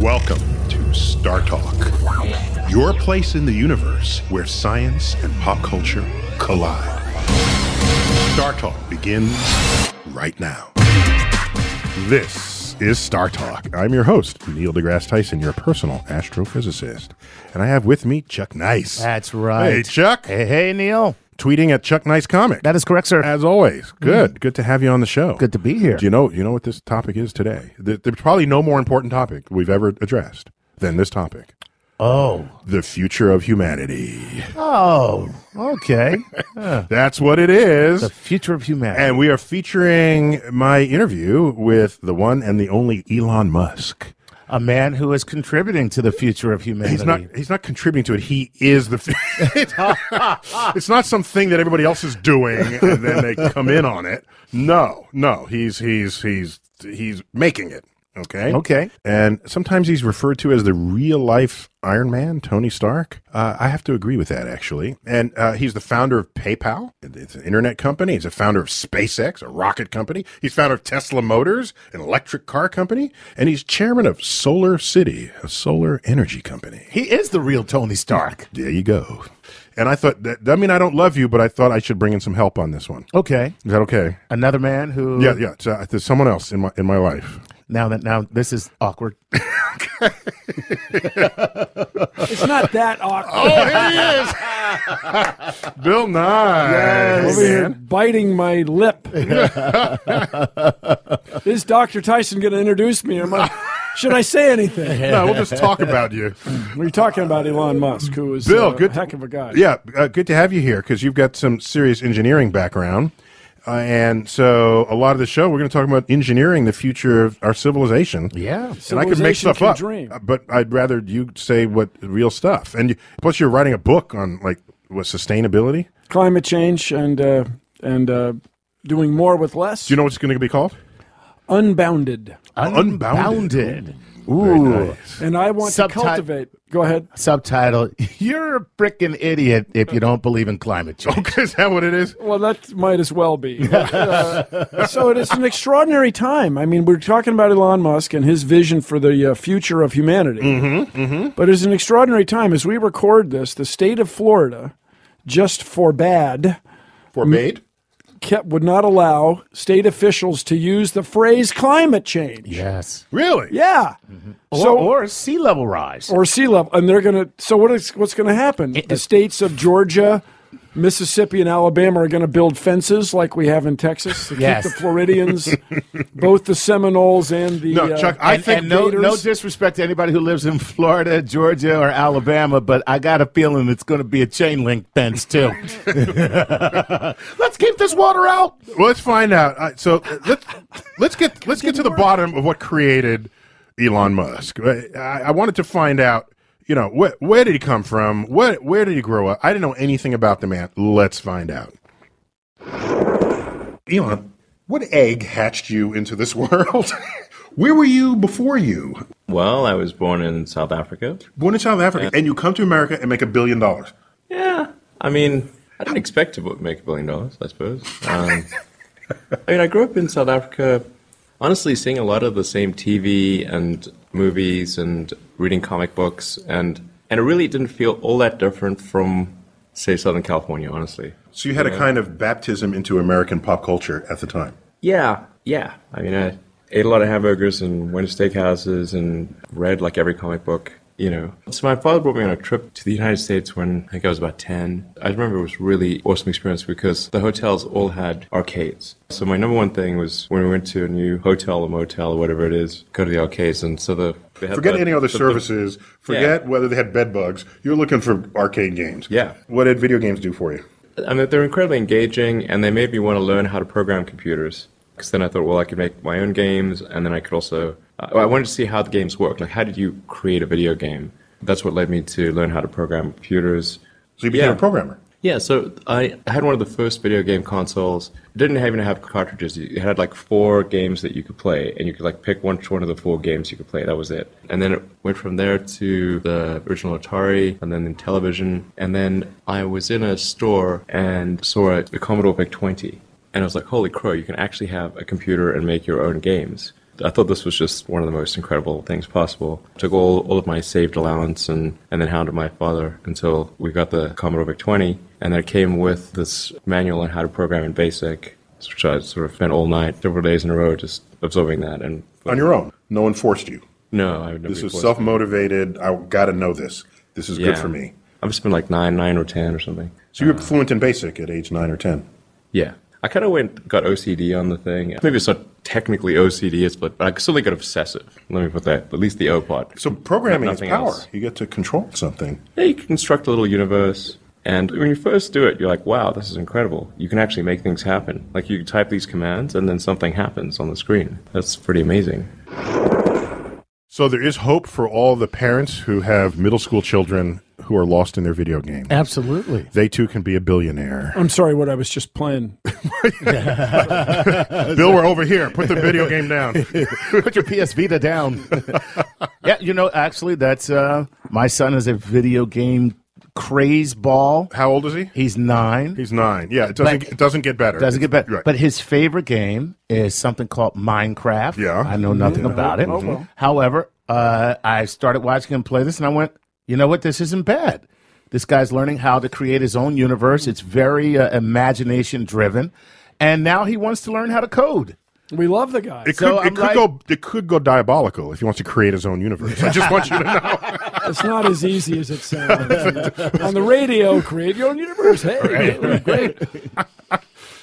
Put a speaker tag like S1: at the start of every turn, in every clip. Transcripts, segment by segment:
S1: Welcome to Star Talk, your place in the universe where science and pop culture collide. Star Talk begins right now. This is Star Talk. I'm your host, Neil deGrasse Tyson, your personal astrophysicist. And I have with me Chuck Nice.
S2: That's right.
S1: Hey, Chuck.
S2: Hey, hey, Neil.
S1: Tweeting at Chuck Nice Comic.
S2: That is correct, sir.
S1: As always, good. Good to have you on the show.
S2: Good to be here.
S1: Do you know? You know what this topic is today? There, there's probably no more important topic we've ever addressed than this topic:
S2: Oh,
S1: the future of humanity.
S2: oh, okay.
S1: That's what it is.
S2: the future of humanity.
S1: And we are featuring my interview with the one and the only Elon Musk.
S2: a man who is contributing to the future of humanity.
S1: He's not. He's not contributing to it. He is the. fu- it's not something that everybody else is doing, and then they come in on it. No, no. He's he's he's he's making it. Okay.
S2: Okay.
S1: And sometimes he's referred to as the real life Iron Man, Tony Stark. Uh, I have to agree with that, actually. And uh, he's the founder of PayPal. It's an internet company. He's a founder of SpaceX, a rocket company. He's founder of Tesla Motors, an electric car company. And he's chairman of Solar City, a solar energy company.
S2: He is the real Tony Stark.
S1: There you go. And I thought, that, I mean, I don't love you, but I thought I should bring in some help on this one.
S2: Okay.
S1: Is that okay?
S2: Another man who.
S1: Yeah, yeah. So, uh, there's someone else in my in my life.
S2: Now that now this is awkward.
S3: It's not that awkward.
S1: Oh, here he is. Bill Nye.
S3: I'm over here biting my lip. is Dr. Tyson going to introduce me? Am I, should I say anything?
S1: No, we'll just talk about you.
S3: We're talking about Elon Musk, who is
S1: Bill,
S3: uh,
S1: good-
S3: a heck of a guy.
S1: Yeah, uh, good to have you here because you've got some serious engineering background. Uh, and so a lot of the show, we're going to talk about engineering, the future of our civilization.
S2: Yeah.
S1: And I could make
S3: Civilization
S1: stuff
S3: can
S1: up,
S3: dream.
S1: uh, but I'd rather you say what real stuff. And you, plus, you're writing a book on like what sustainability.
S3: Climate change and uh, and uh, doing more with less.
S1: Do you know what it's going to be called?
S3: Unbounded.
S1: Unbounded.
S2: Ooh.
S3: And I want
S2: Subti-
S3: to cultivate. Go ahead.
S2: Subtitle: You're a frickin' idiot if you don't believe in climate change.
S1: Okay, is that what it is?
S3: Well, that might as well be. But, uh, so it is an extraordinary time. I mean, we're talking about Elon Musk and his vision for the uh, future of humanity. Mm-hmm, mm-hmm. But it's an extraordinary time. As we record this, the state of Florida just forbade,
S1: Forbade.
S3: kept, would not allow state officials to use the phrase climate change.
S2: Yes.
S1: Really?
S3: Yeah.
S2: Or,
S3: So-
S2: or sea level rise.
S3: Or sea level. And they're going to. So what is, what's going to happen? The states of Georgia. Mississippi and Alabama are going to build fences like we have in Texas to
S2: Yes.
S3: keep the Floridians, both the Seminoles and the
S1: No,
S3: uh,
S1: Chuck, I
S2: and,
S1: think
S2: and no,
S3: Gators-
S2: no disrespect to anybody who lives in Florida, Georgia, or Alabama, but I got a feeling it's going to be a chain link fence too. Let's keep this water out.
S1: Well, let's find out. Uh, so uh, let's let's get let's get to the bottom of what created Elon Musk. Uh, I, I wanted to find out, you know, wh- where did he come from? What where did he grow up? I didn't know anything about the man. Let's find out. Elon, what egg hatched you into this world? where were you before you?
S4: Well, I was born in South Africa.
S1: Born in South Africa, and you come to America and make a billion dollars.
S4: Yeah. I mean, I didn't expect to bo- make a billion dollars, I suppose. Um, I mean, I grew up in South Africa, honestly, seeing a lot of the same TV and movies and reading comic books, and, and it really didn't feel all that different from, say, Southern California, honestly.
S1: So you had a kind of baptism into American pop culture at the time.
S4: Yeah, yeah. I mean, I ate a lot of hamburgers and went to steakhouses and read like every comic book, you know. So my father brought me on a trip to the United States when I think I was about 10. I remember it was really awesome experience because the hotels all had arcades. So my number one thing was when we went to a new hotel or motel or whatever it is, go to the arcades. And so the... they had
S1: Forget
S4: the-
S1: any other
S4: the-
S1: services. Forget whether they had bed bugs. You're looking for arcade games.
S4: Yeah.
S1: What did video games do for you?
S4: I mean, they're incredibly engaging, and they made me want to learn how to program computers. Because then I thought, well, I could make my own games, and then I could also. I I wanted to see how the games work. Like, how did you create a video game? That's what led me to learn how to program computers.
S1: So you became
S4: Yeah.
S1: a programmer.
S4: Yeah, so I had one of the first video game consoles. It didn't even have cartridges. It had like four games that you could play, and you could like pick which one of the four games you could play. That was it. And then it went from there to the original Atari, and then the television. And then I was in a store and saw a, a Commodore VIC 20, and I was like, holy crow, you can actually have a computer and make your own games. I thought this was just one of the most incredible things possible. Took all, all of my saved allowance and, and then hounded my father until we got the Commodore VIC 20. And then it came with this manual on how to program in BASIC, which I sort of spent all night, several days in a row, just absorbing that. And
S1: on your own. No one forced you.
S4: no, I would never
S1: This
S4: be
S1: was
S4: forced-
S1: self motivated. I got to know this. This is good
S4: Yeah. Uh-huh.
S1: for me.
S4: I've spent like nine, nine or ten or something.
S1: So you were fluent in basic at age nine or ten.
S4: Yeah. I kind of went got OCD on the thing. Maybe it's not technically OCD, it's but I suddenly got obsessive. Let me put that. At least the O part.
S1: So programming is
S4: Nothing
S1: power.
S4: else.
S1: You get to control something.
S4: Yeah, you construct a little universe. And when you first do it, you're like, wow, this is incredible. You can actually make things happen. Like you type these commands and then something happens on the screen. That's pretty amazing.
S1: So there is hope for all the parents who have middle school children who are lost in their video game.
S5: Absolutely.
S1: They too can be a billionaire.
S3: I'm sorry what I was just playing.
S1: Bill, we're over here. Put the video game down.
S2: Put your PS Vita down. yeah, you know, actually, that's uh, my son is a video game craze ball.
S1: How old is he?
S2: He's nine.
S1: He's nine. Yeah, it doesn't.
S2: But-
S1: it doesn't get better.
S2: doesn't get better.
S1: Right.
S2: But his favorite game is something called Minecraft.
S1: Yeah. Mm-hmm. Oh,
S2: I know nothing about it. Mm-hmm. However, uh, I started watching him play this and I went, you know what? This isn't bad. This guy's learning how to create his own universe. It's very uh, imagination driven. And now he wants to learn how to code.
S3: We love the guy.
S1: it could,
S2: so
S1: it
S2: I'm
S1: could
S2: like-
S1: go. It could go diabolical if he wants to create his own universe. I just want you to know.
S3: It's not as easy as it sounds. On the radio, create your own universe. Hey, great.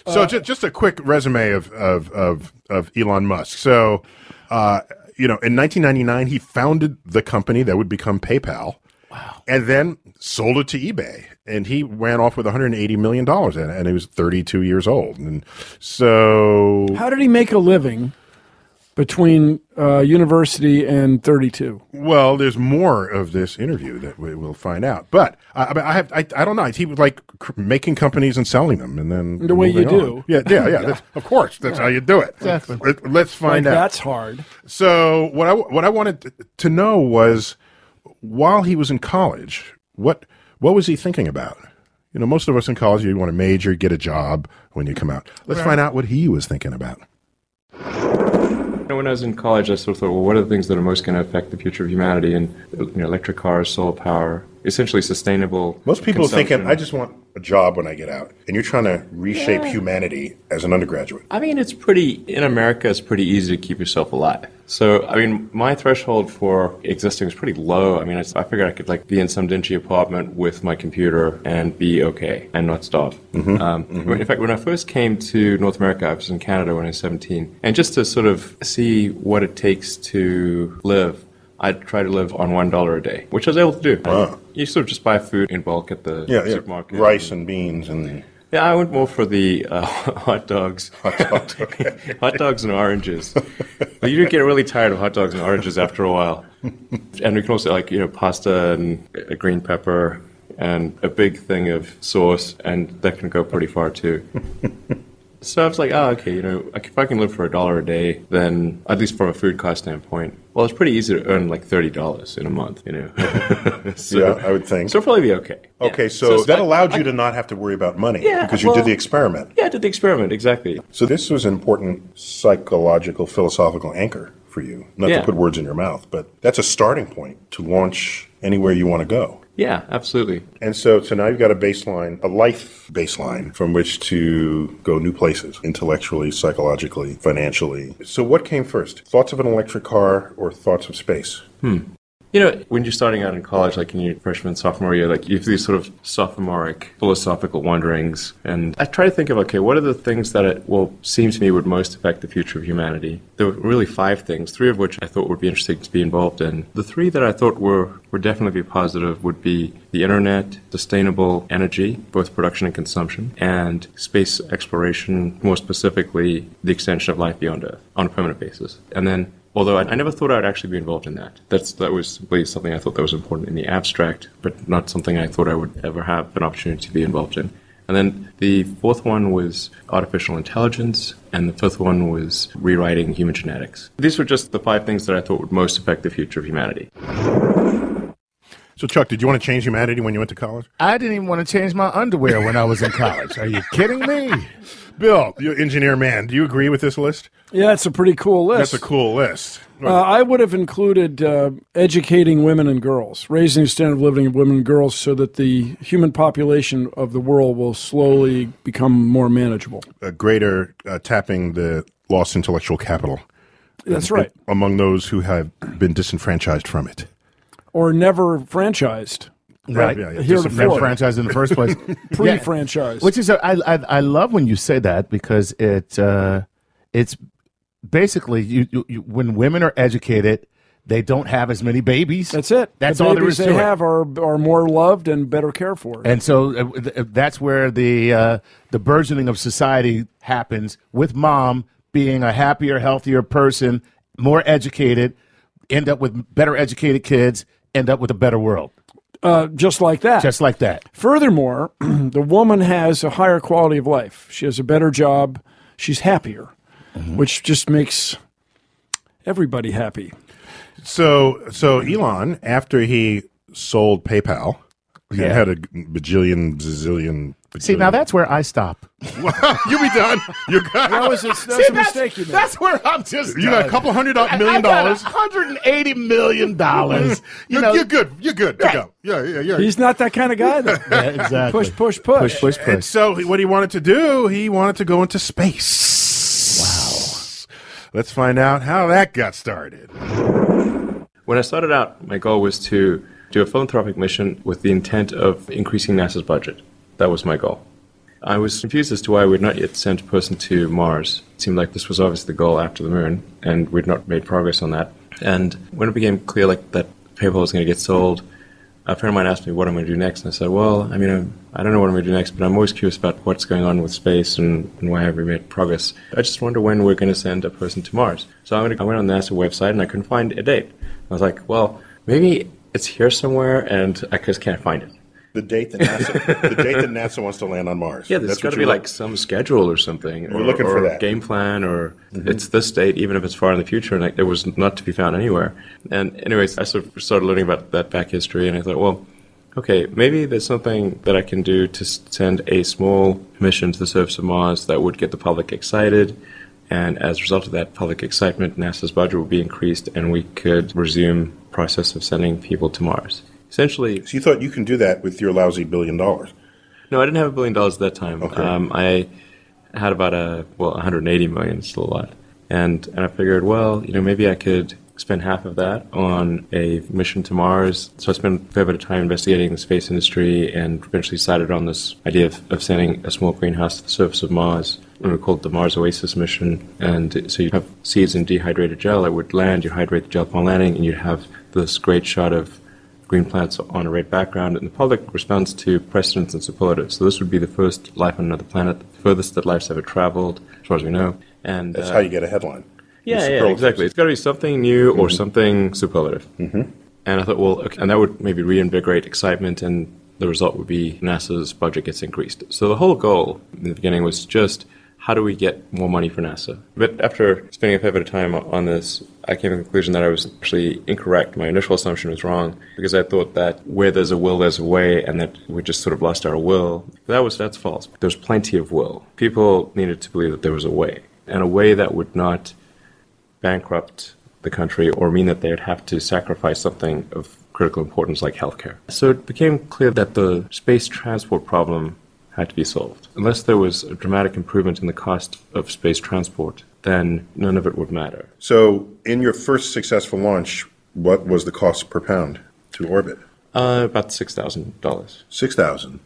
S1: So just, just a quick resume of of of, of Elon Musk. So, uh, you know, in 1999, he founded the company that would become PayPal. Wow. And then sold it to eBay, and he ran off with 180 million dollars in it, and he was 32 years old. And so,
S3: How did he make a living between uh, university and 32?
S1: well, there's more of this interview that we will find out. But I, I mean, I have, I, I don't know. He was like cr- making companies and selling them, and then
S3: The way you
S1: moving on.
S3: do.
S1: Yeah, yeah, yeah. That's, of course, that's how you do it. Let, let's
S3: Like,
S1: find out.
S3: that's hard.
S1: So what I what I wanted t- to know was, while he was in college, what what was he thinking about? You know, most of us in college, you want to major, get a job when you come out. Let's find out what he was thinking about.
S4: You know, when I was in college, I sort of thought, well, what are the things that are most going to affect the future of humanity? And you know, electric cars, solar power, essentially sustainable.
S1: Most people are thinking,
S4: consumption.
S1: I just want a job when I get out, and you're trying to reshape humanity as an undergraduate.
S4: I mean, it's pretty, in America, it's pretty easy to keep yourself alive. So, I mean, my threshold for existing was pretty low. I mean, I, I figured I could, like, be in some dingy apartment with my computer and be okay and not starve.
S1: Mm-hmm.
S4: Um, In fact, when I first came to North America, I was in Canada when I was 17. And just to sort of see what it takes to live, I tried to live on $1 a day, which I was able to do. You sort of just buy food in bulk at the
S1: Yeah, yeah.
S4: supermarket.
S1: rice and beans and
S4: Yeah, I went more for the uh, hot dogs. Hot, dogs and oranges. but you do get really tired of hot dogs and oranges after a while. And we can also like, you know, pasta and a green pepper and a big thing of sauce, and that can go pretty far too. So I was like, oh, okay, you know, like, if I can live for a dollar a day, then at least from a food cost standpoint, well, it's pretty easy to earn like thirty dollars in a month, you know. so,
S1: yeah, I would think.
S4: so it'll probably be okay.
S1: okay,
S4: Yeah.
S1: so,
S4: it's
S1: that
S4: like-
S1: allowed you to not have to worry about money
S4: Yeah,
S1: because you
S4: well-
S1: did the experiment.
S4: Yeah, I did the experiment exactly.
S1: So this was an important psychological, philosophical anchor for you. Not
S4: Yeah.
S1: to put words in your mouth, but that's a starting point to launch anywhere you want to go.
S4: Yeah, absolutely.
S1: And so, so now you've got a baseline, a life baseline from which to go new places intellectually, psychologically, financially. So what came first? Thoughts of an electric car or thoughts of space?
S4: You know, when you're starting out in college, like in your freshman, sophomore year, like you have these sort of sophomoric philosophical wonderings. And I try to think of, okay, what are the things that it will seem to me would most affect the future of humanity? There were really five things, three of which I thought would be interesting to be involved in. The three that I thought were would definitely be positive would be the internet, sustainable energy, both production and consumption, and space exploration, more specifically the extension of life beyond Earth on a permanent basis. And then Although I, I never thought I'd actually be involved in that. That's that was simply something I thought that was important in the abstract, but not something I thought I would ever have an opportunity to be involved in. And then the fourth one was artificial intelligence, and the fifth one was rewriting human genetics. These were just the five things that I thought would most affect the future of humanity.
S1: So, Chuck, did you want to change humanity when you went to college?
S2: I didn't even want to change my underwear when I was in college. Are you kidding me?
S1: Bill, you engineer man, do you agree with this list?
S3: Yeah, it's a pretty cool list.
S1: That's a cool list.
S3: Uh, I would have included uh, educating women and girls, raising the standard of living of women and girls so that the human population of the world will slowly become more manageable.
S1: A greater uh, tapping the lost intellectual capital
S3: That's right.
S1: among those who have been disenfranchised from it.
S3: Or never franchised,
S2: Right.
S1: Yeah, yeah,
S3: Here
S1: disenfranchised.
S3: before.
S2: Franchise in the first place.
S3: pre
S2: Yeah.
S3: franchised.
S2: Which is, a, I, I, I love when you say that because it, uh, it's basically you, you, you, when women are educated, they don't have as many babies.
S3: That's it.
S2: That's
S3: the
S2: all there
S3: babies
S2: is to
S3: they
S2: it.
S3: have are are more loved and better cared for.
S2: And so uh, th- th- that's where the uh, the burgeoning of society happens with mom being a happier, healthier person, more educated, end up with better educated kids, end up with a better world,
S3: uh, just like that.
S2: just like that.
S3: Furthermore, the woman has a higher quality of life. She has a better job. She's happier,
S2: Mm-hmm.
S3: which just makes everybody happy.
S1: So, so Elon, after he sold PayPal, and
S2: Yeah.
S1: had a bajillion, bazillion.
S2: See, now that's where I stop.
S1: you be done. You're
S3: That was a, that's a mistake you made.
S2: That's where I'm just.
S1: You got a couple hundred
S2: I- I
S1: million
S2: got
S1: dollars.
S2: $180 million. dollars, you
S1: You're,
S2: know,
S1: you're good. You're good to go. Yeah, yeah, yeah.
S3: He's not that kind of guy. Though.
S2: Yeah, exactly.
S3: Push, push, push.
S2: Push, push, push.
S1: And so, he- what he wanted to do, he wanted to go into space. Wow. Let's find out how that got started.
S4: When I started out, my goal was to do a philanthropic mission with the intent of increasing NASA's budget. That was my goal. I was confused as to why we'd not yet sent a person to Mars. It seemed like this was obviously the goal after the moon, and we'd not made progress on that. And when it became clear like that PayPal was going to get sold, a friend of mine asked me what I'm going to do next, and I said, "Well, I mean, I'm, I don't know what I'm going to do next, but I'm always curious about what's going on with space and, and why have we made progress. I just wonder when we're going to send a person to Mars." So I went, I went on the NASA website and I couldn't find a date. I was like, "Well, maybe it's here somewhere, and I just can't find it."
S1: The date that NASA, the date that NASA wants to land on Mars.
S4: Yeah, there's
S1: That's
S4: got
S1: what
S4: to
S1: you're
S4: be like some schedule or something.
S1: We're
S4: or,
S1: looking for
S4: or
S1: that. Mm-hmm.
S4: game plan, or it's this date, even if it's far in the future, and like it was not to be found anywhere. And anyways, I sort of started learning about that back history, and I thought, well, okay, maybe there's something that I can do to s- send a small mission to the surface of Mars that would get the public excited. And as a result of that public excitement, NASA's budget would be increased, and we could resume process of sending people to Mars. Essentially,
S1: So you thought you can do that with your lousy billion dollars?
S4: no, I didn't have a billion dollars at that time. Um, I had about a well, 180 million, still a lot. And and I figured, well, you know, maybe I could spend half of that on a mission to Mars. So I spent a fair bit of time investigating the space industry, and eventually decided on this idea of, of sending a small greenhouse to the surface of Mars. And we called it the Mars Oasis mission. And so you have seeds in dehydrated gel. It would land. You hydrate the gel upon landing, and you'd have this great shot of green plants on a red background, and the public responds to precedents and superlatives. So this would be the first life on another planet, the furthest that life's ever traveled, as far as we know. And
S1: That's
S4: uh,
S1: how you get a headline.
S4: yeah, yeah,
S1: superlatives.
S4: exactly. It's got to be something new or something superlative. Mm-hmm. And I thought, well, okay, and that would maybe reinvigorate excitement, and the result would be NASA's budget gets increased. So the whole goal in the beginning was just how do we get more money for NASA? But after spending a fair bit of time on this, I came to the conclusion that I was actually incorrect. My initial assumption was wrong because I thought that where there's a will, there's a way, and that we just sort of lost our will. That was that's false. There's plenty of will. People needed to believe that there was a way, and a way that would not bankrupt the country or mean that they'd have to sacrifice something of critical importance like healthcare. So it became clear that the space transport problem had to be solved. Unless there was a dramatic improvement in the cost of space transport, then none of it would matter.
S1: So, in your first successful launch, what was the cost per pound to orbit?
S4: Uh, about $6,000.
S1: Six thousand.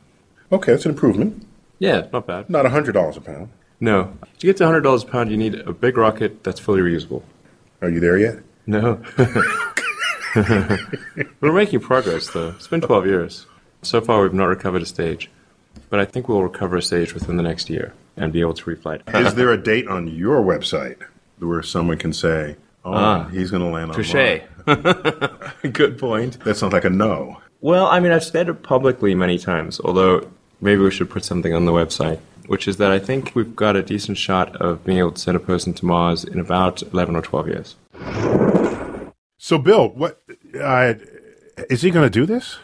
S1: Okay, that's an improvement.
S4: Yeah, not bad.
S1: Not hundred dollars a pound.
S4: No. To get to $100 a pound, you need a big rocket that's fully reusable.
S1: Are you there yet?
S4: No. We're making progress, though. It's been 12 years. So far, we've not recovered a stage. But I think we'll recover a stage within the next year and be able to reflight.
S1: Is there a date on your website where someone can say, "Oh,
S3: Ah,
S1: he's going to land on Mars"?
S4: Good point.
S1: That sounds like a no.
S4: Well, I mean, I've said it publicly many times, although maybe we should put something on the website, which is that I think we've got a decent shot of being able to send a person to Mars in about 11 or 12 years.
S1: So, Bill, what? I Is he going to do this?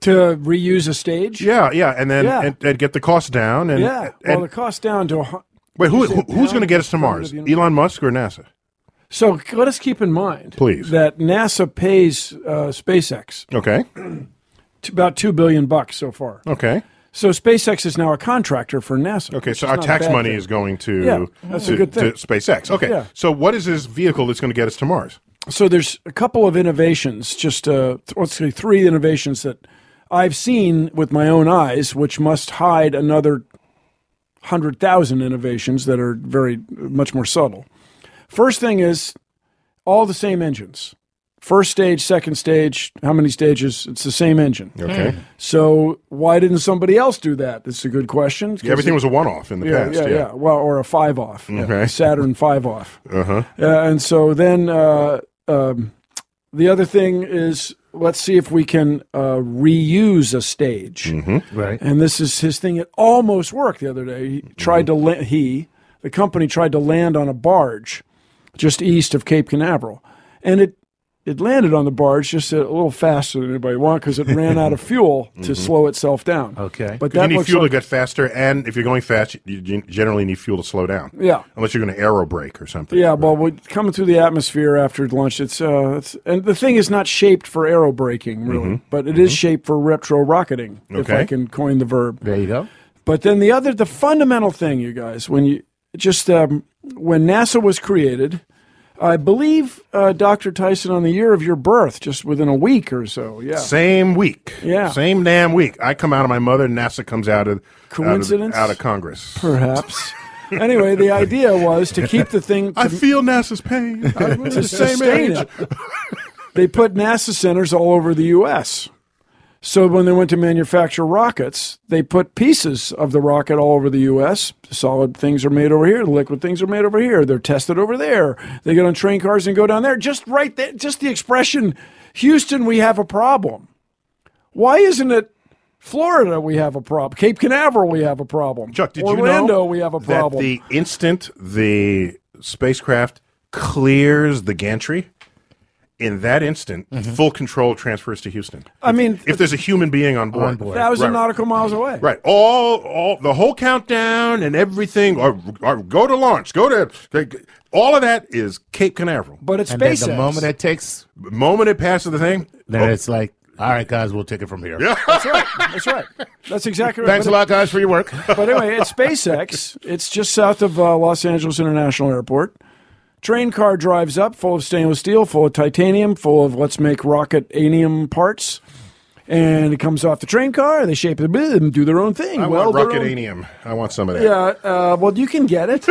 S3: to reuse a stage.
S1: Yeah, yeah, and then
S3: Yeah.
S1: And, and get the cost down. And,
S3: yeah. well,
S1: and-
S3: the cost down to a hun-
S1: wait, who,
S3: you said
S1: who- who's
S3: down
S1: going to get us to
S3: from
S1: Mars?
S3: the universe.
S1: Elon Musk or NASA?
S3: So let us keep in mind,
S1: Please.
S3: that NASA pays uh, SpaceX
S1: Okay,
S3: t- about two billion bucks so far.
S1: okay,
S3: So SpaceX is now a contractor for NASA.
S1: okay.
S3: which
S1: So
S3: is
S1: our
S3: not a
S1: tax
S3: bad
S1: money
S3: thing.
S1: is going to
S3: Yeah, that's a
S1: to,
S3: good thing.
S1: to SpaceX. Okay,
S3: Yeah.
S1: so what is this vehicle that's going to get us to Mars?
S3: So there's a couple of innovations, just uh, th- let's say three innovations that I've seen with my own eyes, which must hide another hundred thousand innovations that are very much more subtle. First thing is all the same engines. First stage, second stage, how many stages? It's the same engine.
S1: Okay,
S3: So why didn't somebody else do that? That's a good question.
S1: everything was a one-off in the
S3: yeah,
S1: past.
S3: yeah, yeah. Well, or a five off.
S1: Okay.
S3: Saturn five off.
S1: Uh-huh.
S3: Uh, and so then uh, um, the other thing is let's see if we can uh, reuse a stage.
S1: Mm-hmm.
S2: Right.
S3: And this is his thing. It almost worked the other day. He tried to la- he the company tried to land on a barge just east of Cape Canaveral, and it it landed on the barge just a little faster than anybody wanted because it ran out of fuel to slow itself down.
S2: Okay.
S3: but
S1: Mm-hmm. You
S3: that
S1: need
S3: looks
S1: fuel
S3: like,
S1: to get faster, and if you're going fast, you gen- generally need fuel to slow down.
S3: Yeah.
S1: unless you're going to aero brake or something.
S3: yeah. Well, we coming through the atmosphere after lunch. It's uh, it's, and the thing is not shaped for aero braking really, but it is shaped for retro rocketing. If
S1: Mm-hmm.
S3: I
S1: Okay.
S3: can coin the verb.
S2: There you go.
S3: But then the other, the fundamental thing, you guys, when you just um, when NASA was created, I believe uh, Dr. Tyson on the year of your birth, just within a week or so. Yeah,
S1: Same week.
S3: Yeah.
S1: Same damn week. I come out of my mother, NASA comes out of out of-
S3: Coincidence?
S1: out of, Congress.
S3: perhaps. anyway, the idea was to keep the thing
S1: I
S3: to,
S1: feel NASA's pain. I'm the
S3: to
S1: same
S3: sustain
S1: age.
S3: it. they put NASA centers all over the U.S. So when they went to manufacture rockets, they put pieces of the rocket all over the U.S. Solid things are made over here. Liquid things are made over here. They're tested over there. They get on train cars and go down there. Just right there. Just the expression, Houston, we have a problem. Why isn't it Florida, we have a problem? Cape Canaveral, we have a problem.
S1: Chuck, did
S3: Orlando,
S1: you know
S3: we have a
S1: that
S3: problem.
S1: the instant the spacecraft clears the gantry, in that instant,
S3: Mm-hmm.
S1: full control transfers to Houston.
S3: I mean,
S1: If there's a human being on board,
S2: board.
S3: thousand
S1: Right, right.
S3: nautical miles away.
S1: Right. All, all, the whole countdown and everything, or, or go to launch, go to, all of that is Cape Canaveral.
S3: But it's
S2: And then
S3: SpaceX.
S2: the moment it takes,
S1: The moment it passes the thing,
S2: then it's like, all right, guys, we'll take it from here.
S3: That's right. That's right. That's exactly right.
S2: Thanks
S3: But
S2: a lot, guys, for your work.
S3: But anyway, it's SpaceX. It's just south of uh, Los Angeles International Airport. Train car drives up, full of stainless steel, full of titanium, full of let's make rocket anium parts. And it comes off the train car, and they shape it and do their own thing.
S1: I
S3: Weld their
S1: want
S3: own-
S1: rocketanium. I want some of that.
S3: Yeah, uh, well, you can get it.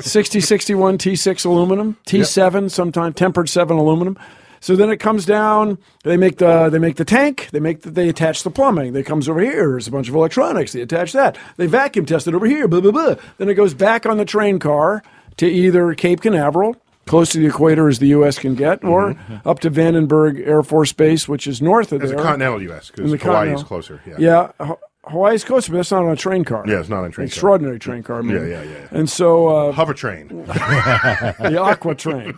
S3: 6061 T6 aluminum, T7 sometime tempered 7 aluminum. So then it comes down. They make the they make the tank. They make the, they attach the plumbing. They comes over here. There's a bunch of electronics. They attach that. They vacuum test it over here. Blah blah blah. Then it goes back on the train car to either Cape Canaveral, close to the equator as the U.S. can get,
S1: Mm-hmm.
S3: or up to Vandenberg Air Force Base, which is north of
S1: It's a
S3: there.
S1: continental U.S. because
S3: In
S1: Hawaii
S3: the continental.
S1: is closer. Yeah.
S3: Yeah, Ha- Hawaii's closer, but that's not on a train car.
S1: Yeah, it's not on a train car.
S3: Extraordinary train car. man.
S1: Yeah, yeah, yeah, yeah.
S3: And so uh,
S1: Hover train.
S3: the Aqua train,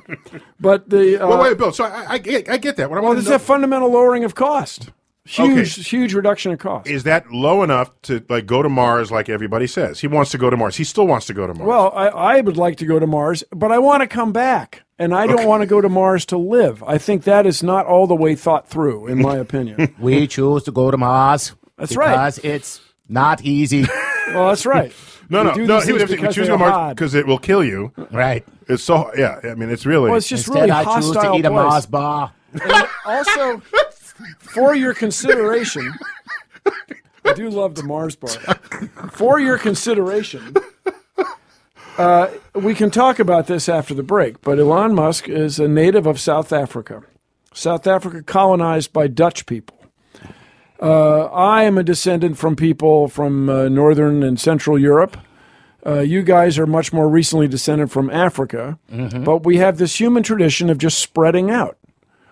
S3: but the uh,
S1: well, wait, Bill. So I, I, get, I get that. What I want
S3: this
S1: to
S3: is
S1: know
S3: a fundamental lowering of cost. Huge,
S1: Okay.
S3: huge reduction of cost.
S1: is that low enough to like go to Mars, like everybody says. He wants to go to Mars. He still wants to go to Mars.
S3: well, I, I would like to go to Mars, but I want to come back, and I don't want to go to Mars to live. I think that is not all the way thought through, in my opinion.
S2: we choose to go to Mars.
S3: That's right.
S2: because it's not easy.
S3: well, that's right.
S1: no,
S3: We
S1: no,
S3: do
S1: no.
S3: these
S1: He would
S3: things
S1: have to
S3: because
S1: choose to go
S3: they
S1: to
S3: are
S1: Mars
S3: hard.
S1: because it will kill you.
S2: right.
S1: It's so yeah. I mean, it's really.
S3: Well, it's just
S2: Instead,
S3: really
S2: I choose
S3: hostile
S2: to eat a
S3: place.
S2: Mars bar.
S3: And also, for your consideration, I do love the Mars bar. For your consideration, uh, we can talk about this after the break, but Elon Musk is a native of South Africa. South Africa colonized by Dutch people. Uh, I am a descendant from people from uh, Northern and Central Europe. Uh, you guys are much more recently descended from Africa,
S1: Mm-hmm.
S3: but we have this human tradition of just spreading out.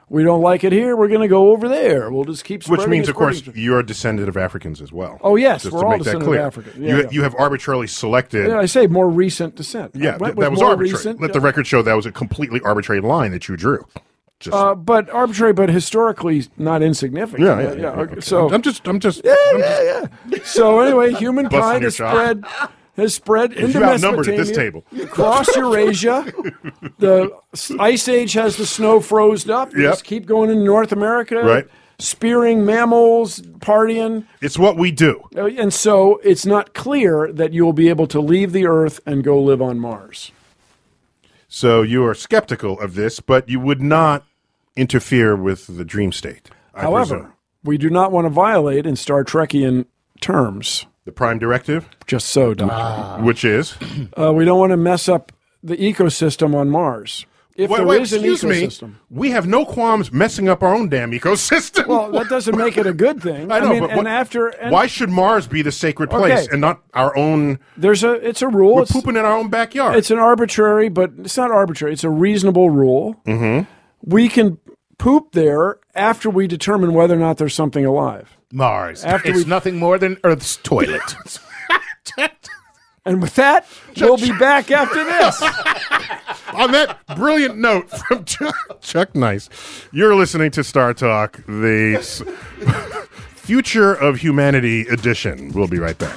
S3: We don't like it here. We're going to go over there. We'll just keep spreading.
S1: Which means,
S3: and
S1: of course,
S3: spreading.
S1: you're a descendant of Africans as well.
S3: Oh, yes,
S1: just
S3: we're
S1: to
S3: all
S1: make that
S3: descendant of
S1: clear.
S3: African. Yeah,
S1: you,
S3: yeah.
S1: you have arbitrarily selected.
S3: Yeah, I say more recent descent. I
S1: Yeah, th-
S3: went with
S1: that was
S3: more
S1: arbitrary.
S3: recent. uh,
S1: Let the record show that was a completely arbitrary line that you drew. Just
S3: Uh, but arbitrary, but historically not insignificant. Uh,
S1: yeah, yeah, yeah.
S3: okay.
S1: okay.
S3: So
S1: I'm just, I'm just. I'm just
S3: yeah, yeah. So anyway, human
S1: Busting
S3: pride
S1: your
S3: has
S1: chops.
S3: spread has spread into
S1: you're outnumbered at this
S3: Mesopotamia,
S1: table.
S3: across Eurasia. The s- ice age has the snow froze up. You
S1: Yep.
S3: Just keep going into North America,
S1: Right.
S3: Spearing mammals, partying,
S1: It's what we do.
S3: Uh, and so it's not clear that you will be able to leave the Earth and go live on Mars.
S1: So you are skeptical of this, but you would not interfere with the dream state. I
S3: However,
S1: presume.
S3: we do not want to violate in Star Trekian terms.
S1: the prime directive,
S3: Just so, Doctor.
S1: which is
S3: Uh, we don't want to mess up the ecosystem on Mars. If
S1: wait,
S3: there
S1: wait,
S3: is an
S1: excuse me.
S3: ecosystem.
S1: We have no qualms messing up our own damn ecosystem.
S3: Well, that doesn't make it a good thing.
S1: I know,
S3: mean,
S1: but
S3: and
S1: what-
S3: after and
S1: Why should Mars be the sacred place
S3: Okay.
S1: and not our own?
S3: there's a it's a rule. It's,
S1: pooping in our own backyard.
S3: it's an arbitrary, but it's not arbitrary. It's a reasonable rule. Mm-hmm. We can poop there after we determine whether or not there's something alive.
S6: Mars.
S3: After
S6: it's
S3: we-
S6: nothing more than Earth's toilet.
S3: And with that, we'll be back after this.
S1: On that brilliant note from Chuck, Chuck Nice, you're listening to Star Talk, the s- Future of Humanity edition. We'll be right back.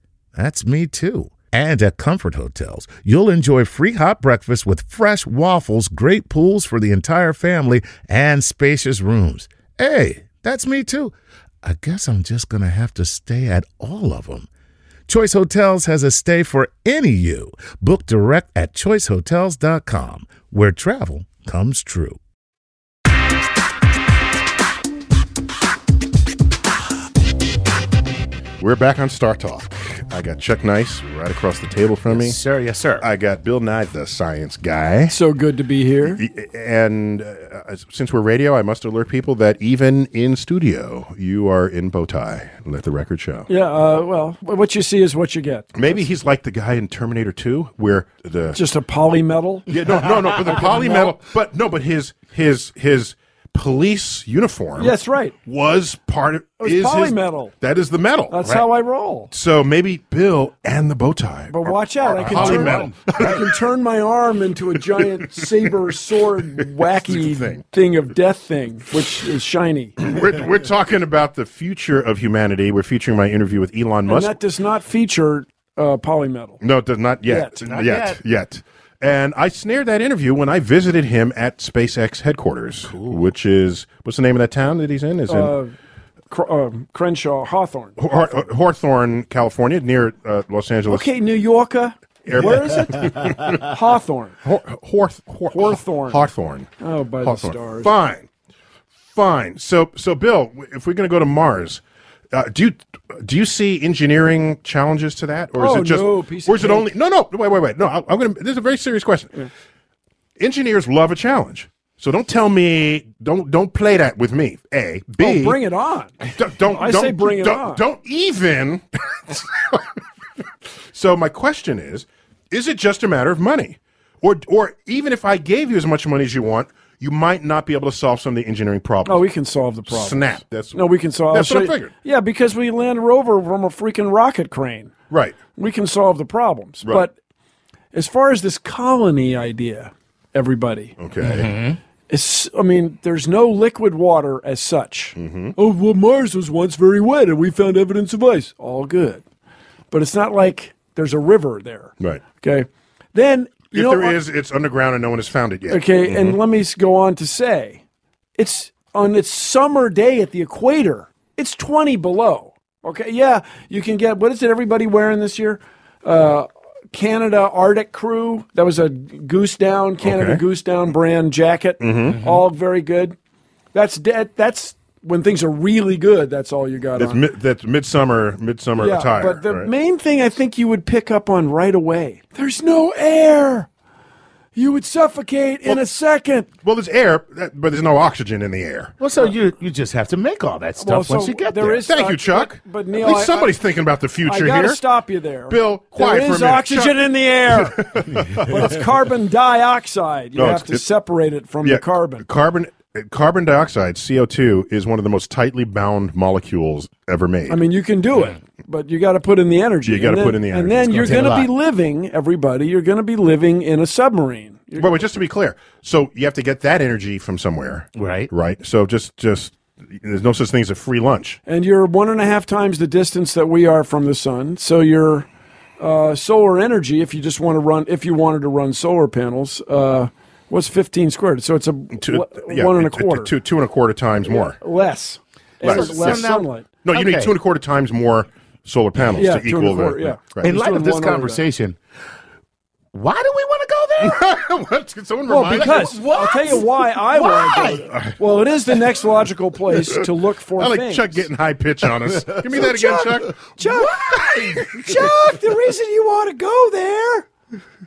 S2: That's me too. And at Comfort Hotels, you'll enjoy free hot breakfast with fresh waffles, great pools for the entire family, and spacious rooms. Hey, that's me too. I guess I'm just going to have to stay at all of them. Choice Hotels has a stay for any you. Book direct at choicehotels.com, where travel comes true.
S1: We're back on Star Talk. I got Chuck Nice right across the table from me.
S6: sir, yes, sir.
S1: I got Bill Nye, the science guy.
S3: so good to be here.
S1: And uh, since we're radio, I must alert people that even in studio, you are in bow tie. Let the record show.
S3: Yeah. Uh, well, what you see is what you get.
S1: Maybe he's like the guy in Terminator 2 where the
S3: Just a polymetal.
S1: Yeah, no, no, no. But the polymetal, but no, but his his his police uniform.
S3: Yes, right.
S1: Was part of
S3: was
S1: is his-
S3: polymetal.
S1: that is the metal.
S3: That's
S1: right?
S3: how I roll.
S1: So maybe Bill and the bow tie.
S3: But watch out! I can turn
S1: Polymetal.
S3: I can turn my arm into a giant saber sword wacky
S1: thing.
S3: thing. of death thing, which is shiny. And
S1: we're, we're talking about the future of humanity. We're featuring my interview with Elon Musk.
S3: that does not feature uh, polymetal.
S1: no, it does not yet.
S3: Yet.
S1: Not yet. Yet. And I snared that interview when I visited him at SpaceX headquarters, which is what's the name of that town that he's in? Is in
S3: Cr- um Crenshaw Hawthorne.
S1: Hor- Hawthorne, California, near uh, Los Angeles.
S3: Okay, New Yorker. Where is it? Hawthorne.
S1: Hor- Horth, Hor-
S3: Hawthorne.
S1: Hawthorne.
S3: Oh, by
S1: Hawthorne.
S3: the stars.
S1: Fine, fine. So, so Bill, w- if we're going to go to Mars, uh, do you do you see engineering challenges to that, or is
S3: Oh,
S1: it just,
S3: no, piece of
S1: or is it
S3: cake.
S1: only? No, no. Wait, wait, wait. No, I, I'm going to. This is a very serious question. Engineers love a challenge. So don't tell me don't don't play that with me. A B.
S3: Oh, bring it on.
S1: Don't, don't
S3: I
S1: don't,
S3: say bring it
S1: don't,
S3: on.
S1: Don't even. so my question is: Is it just a matter of money, or or even if I gave you as much money as you want, you might not be able to solve some of the engineering problems?
S3: No, we can solve the problem.
S1: Snap. That's
S3: No, we can solve.
S1: That's
S3: I'll
S1: what
S3: show
S1: I
S3: you-
S1: figured.
S3: Yeah, because we land rover from a freaking rocket crane.
S1: Right.
S3: We can solve the problems.
S1: Right.
S3: But as far as this colony idea, everybody,
S1: Okay.
S3: it's. I mean, there's no liquid water as such.
S1: Mm-hmm.
S3: Oh well, Mars was once very wet, and we found evidence of ice. All good, but it's not like there's a river there.
S1: Right.
S3: Okay, then
S1: Mm. If
S3: you know,
S1: there is,
S3: I-
S1: it's underground and no one has found it yet.
S3: Okay,
S1: Mm-hmm.
S3: and let me s- go on to say, it's on its summer day at the equator. It's 20 below. Okay, yeah, you can get what is it everybody wearing this year? Uh, Canada Arctic Crew. That was a Goose Down Canada
S1: Okay. Mm-hmm.
S3: Goose Down brand jacket. All very good. That's de- that's when things are really good. That's all you got.
S1: That's
S3: on.
S1: mid, that's midsummer midsummer attire.
S3: But the
S1: right?
S3: main thing I think you would pick up on right away there's no air. You would suffocate in a second.
S1: well, there's air, that- but there's no oxygen in the air.
S2: Well, so you you just have to make all that stuff
S3: Well,
S2: once
S3: so
S2: you get
S3: there
S2: there.
S3: is-
S1: Thank
S3: uh,
S1: you, Chuck.
S3: but- but Neil,
S1: at least
S3: I-
S1: somebody's thinking about the
S3: I
S1: future
S3: gotta
S1: here.
S3: stop you there,
S1: Bill, quiet
S3: There
S1: for a
S3: is
S1: minute.
S3: oxygen
S1: Chuck-
S3: in the air, but it's carbon dioxide. You
S1: No,
S3: have
S1: it's-
S3: to
S1: it's-
S3: separate it from the carbon.
S1: Carbon uh, carbon dioxide, CO2, is one of the most tightly bound molecules ever made.
S3: I mean, you can do it, but you got to put in the energy.
S1: You gotta
S3: And then-
S1: put in the energy.
S3: and then
S1: It's
S3: you're
S1: gonna
S3: going
S2: take a
S3: to be
S2: lot.
S3: living, everybody. You're going to be living in a submarine. You're-
S1: but wait, just to be clear, so you have to get that energy from somewhere,
S2: Right.
S1: Right. So just just there's no such thing as a free lunch.
S3: and you're one and a half times the distance that we are from the sun. So your uh, solar energy, if you just want to run, if you wanted to run solar panels, uh, what's 15 squared? So it's a
S1: Two-
S3: le-
S1: yeah,
S3: one and a
S1: t- t-
S3: quarter
S1: Two two and a quarter times more.
S3: less.
S1: Less.
S3: It's less
S2: So now-
S3: sunlight.
S1: No, you need
S2: Okay.
S1: two and a quarter times more solar panels
S3: Yeah,
S1: to
S3: two and a
S1: equal
S3: quarter,
S1: the.
S3: yeah.
S1: Right.
S2: In light
S3: doing
S2: of this
S3: one over there.
S2: conversation, why do we want to go there?
S1: What? Can someone
S3: Well,
S1: remind me?
S3: because I'll tell you why I
S2: Why?
S3: want to go there. Well, it is the next logical place to look for
S1: I like
S3: things.
S1: Chuck getting high pitch on us. Give me that again, Chuck.
S3: Chuck, Chuck, the reason you want to go there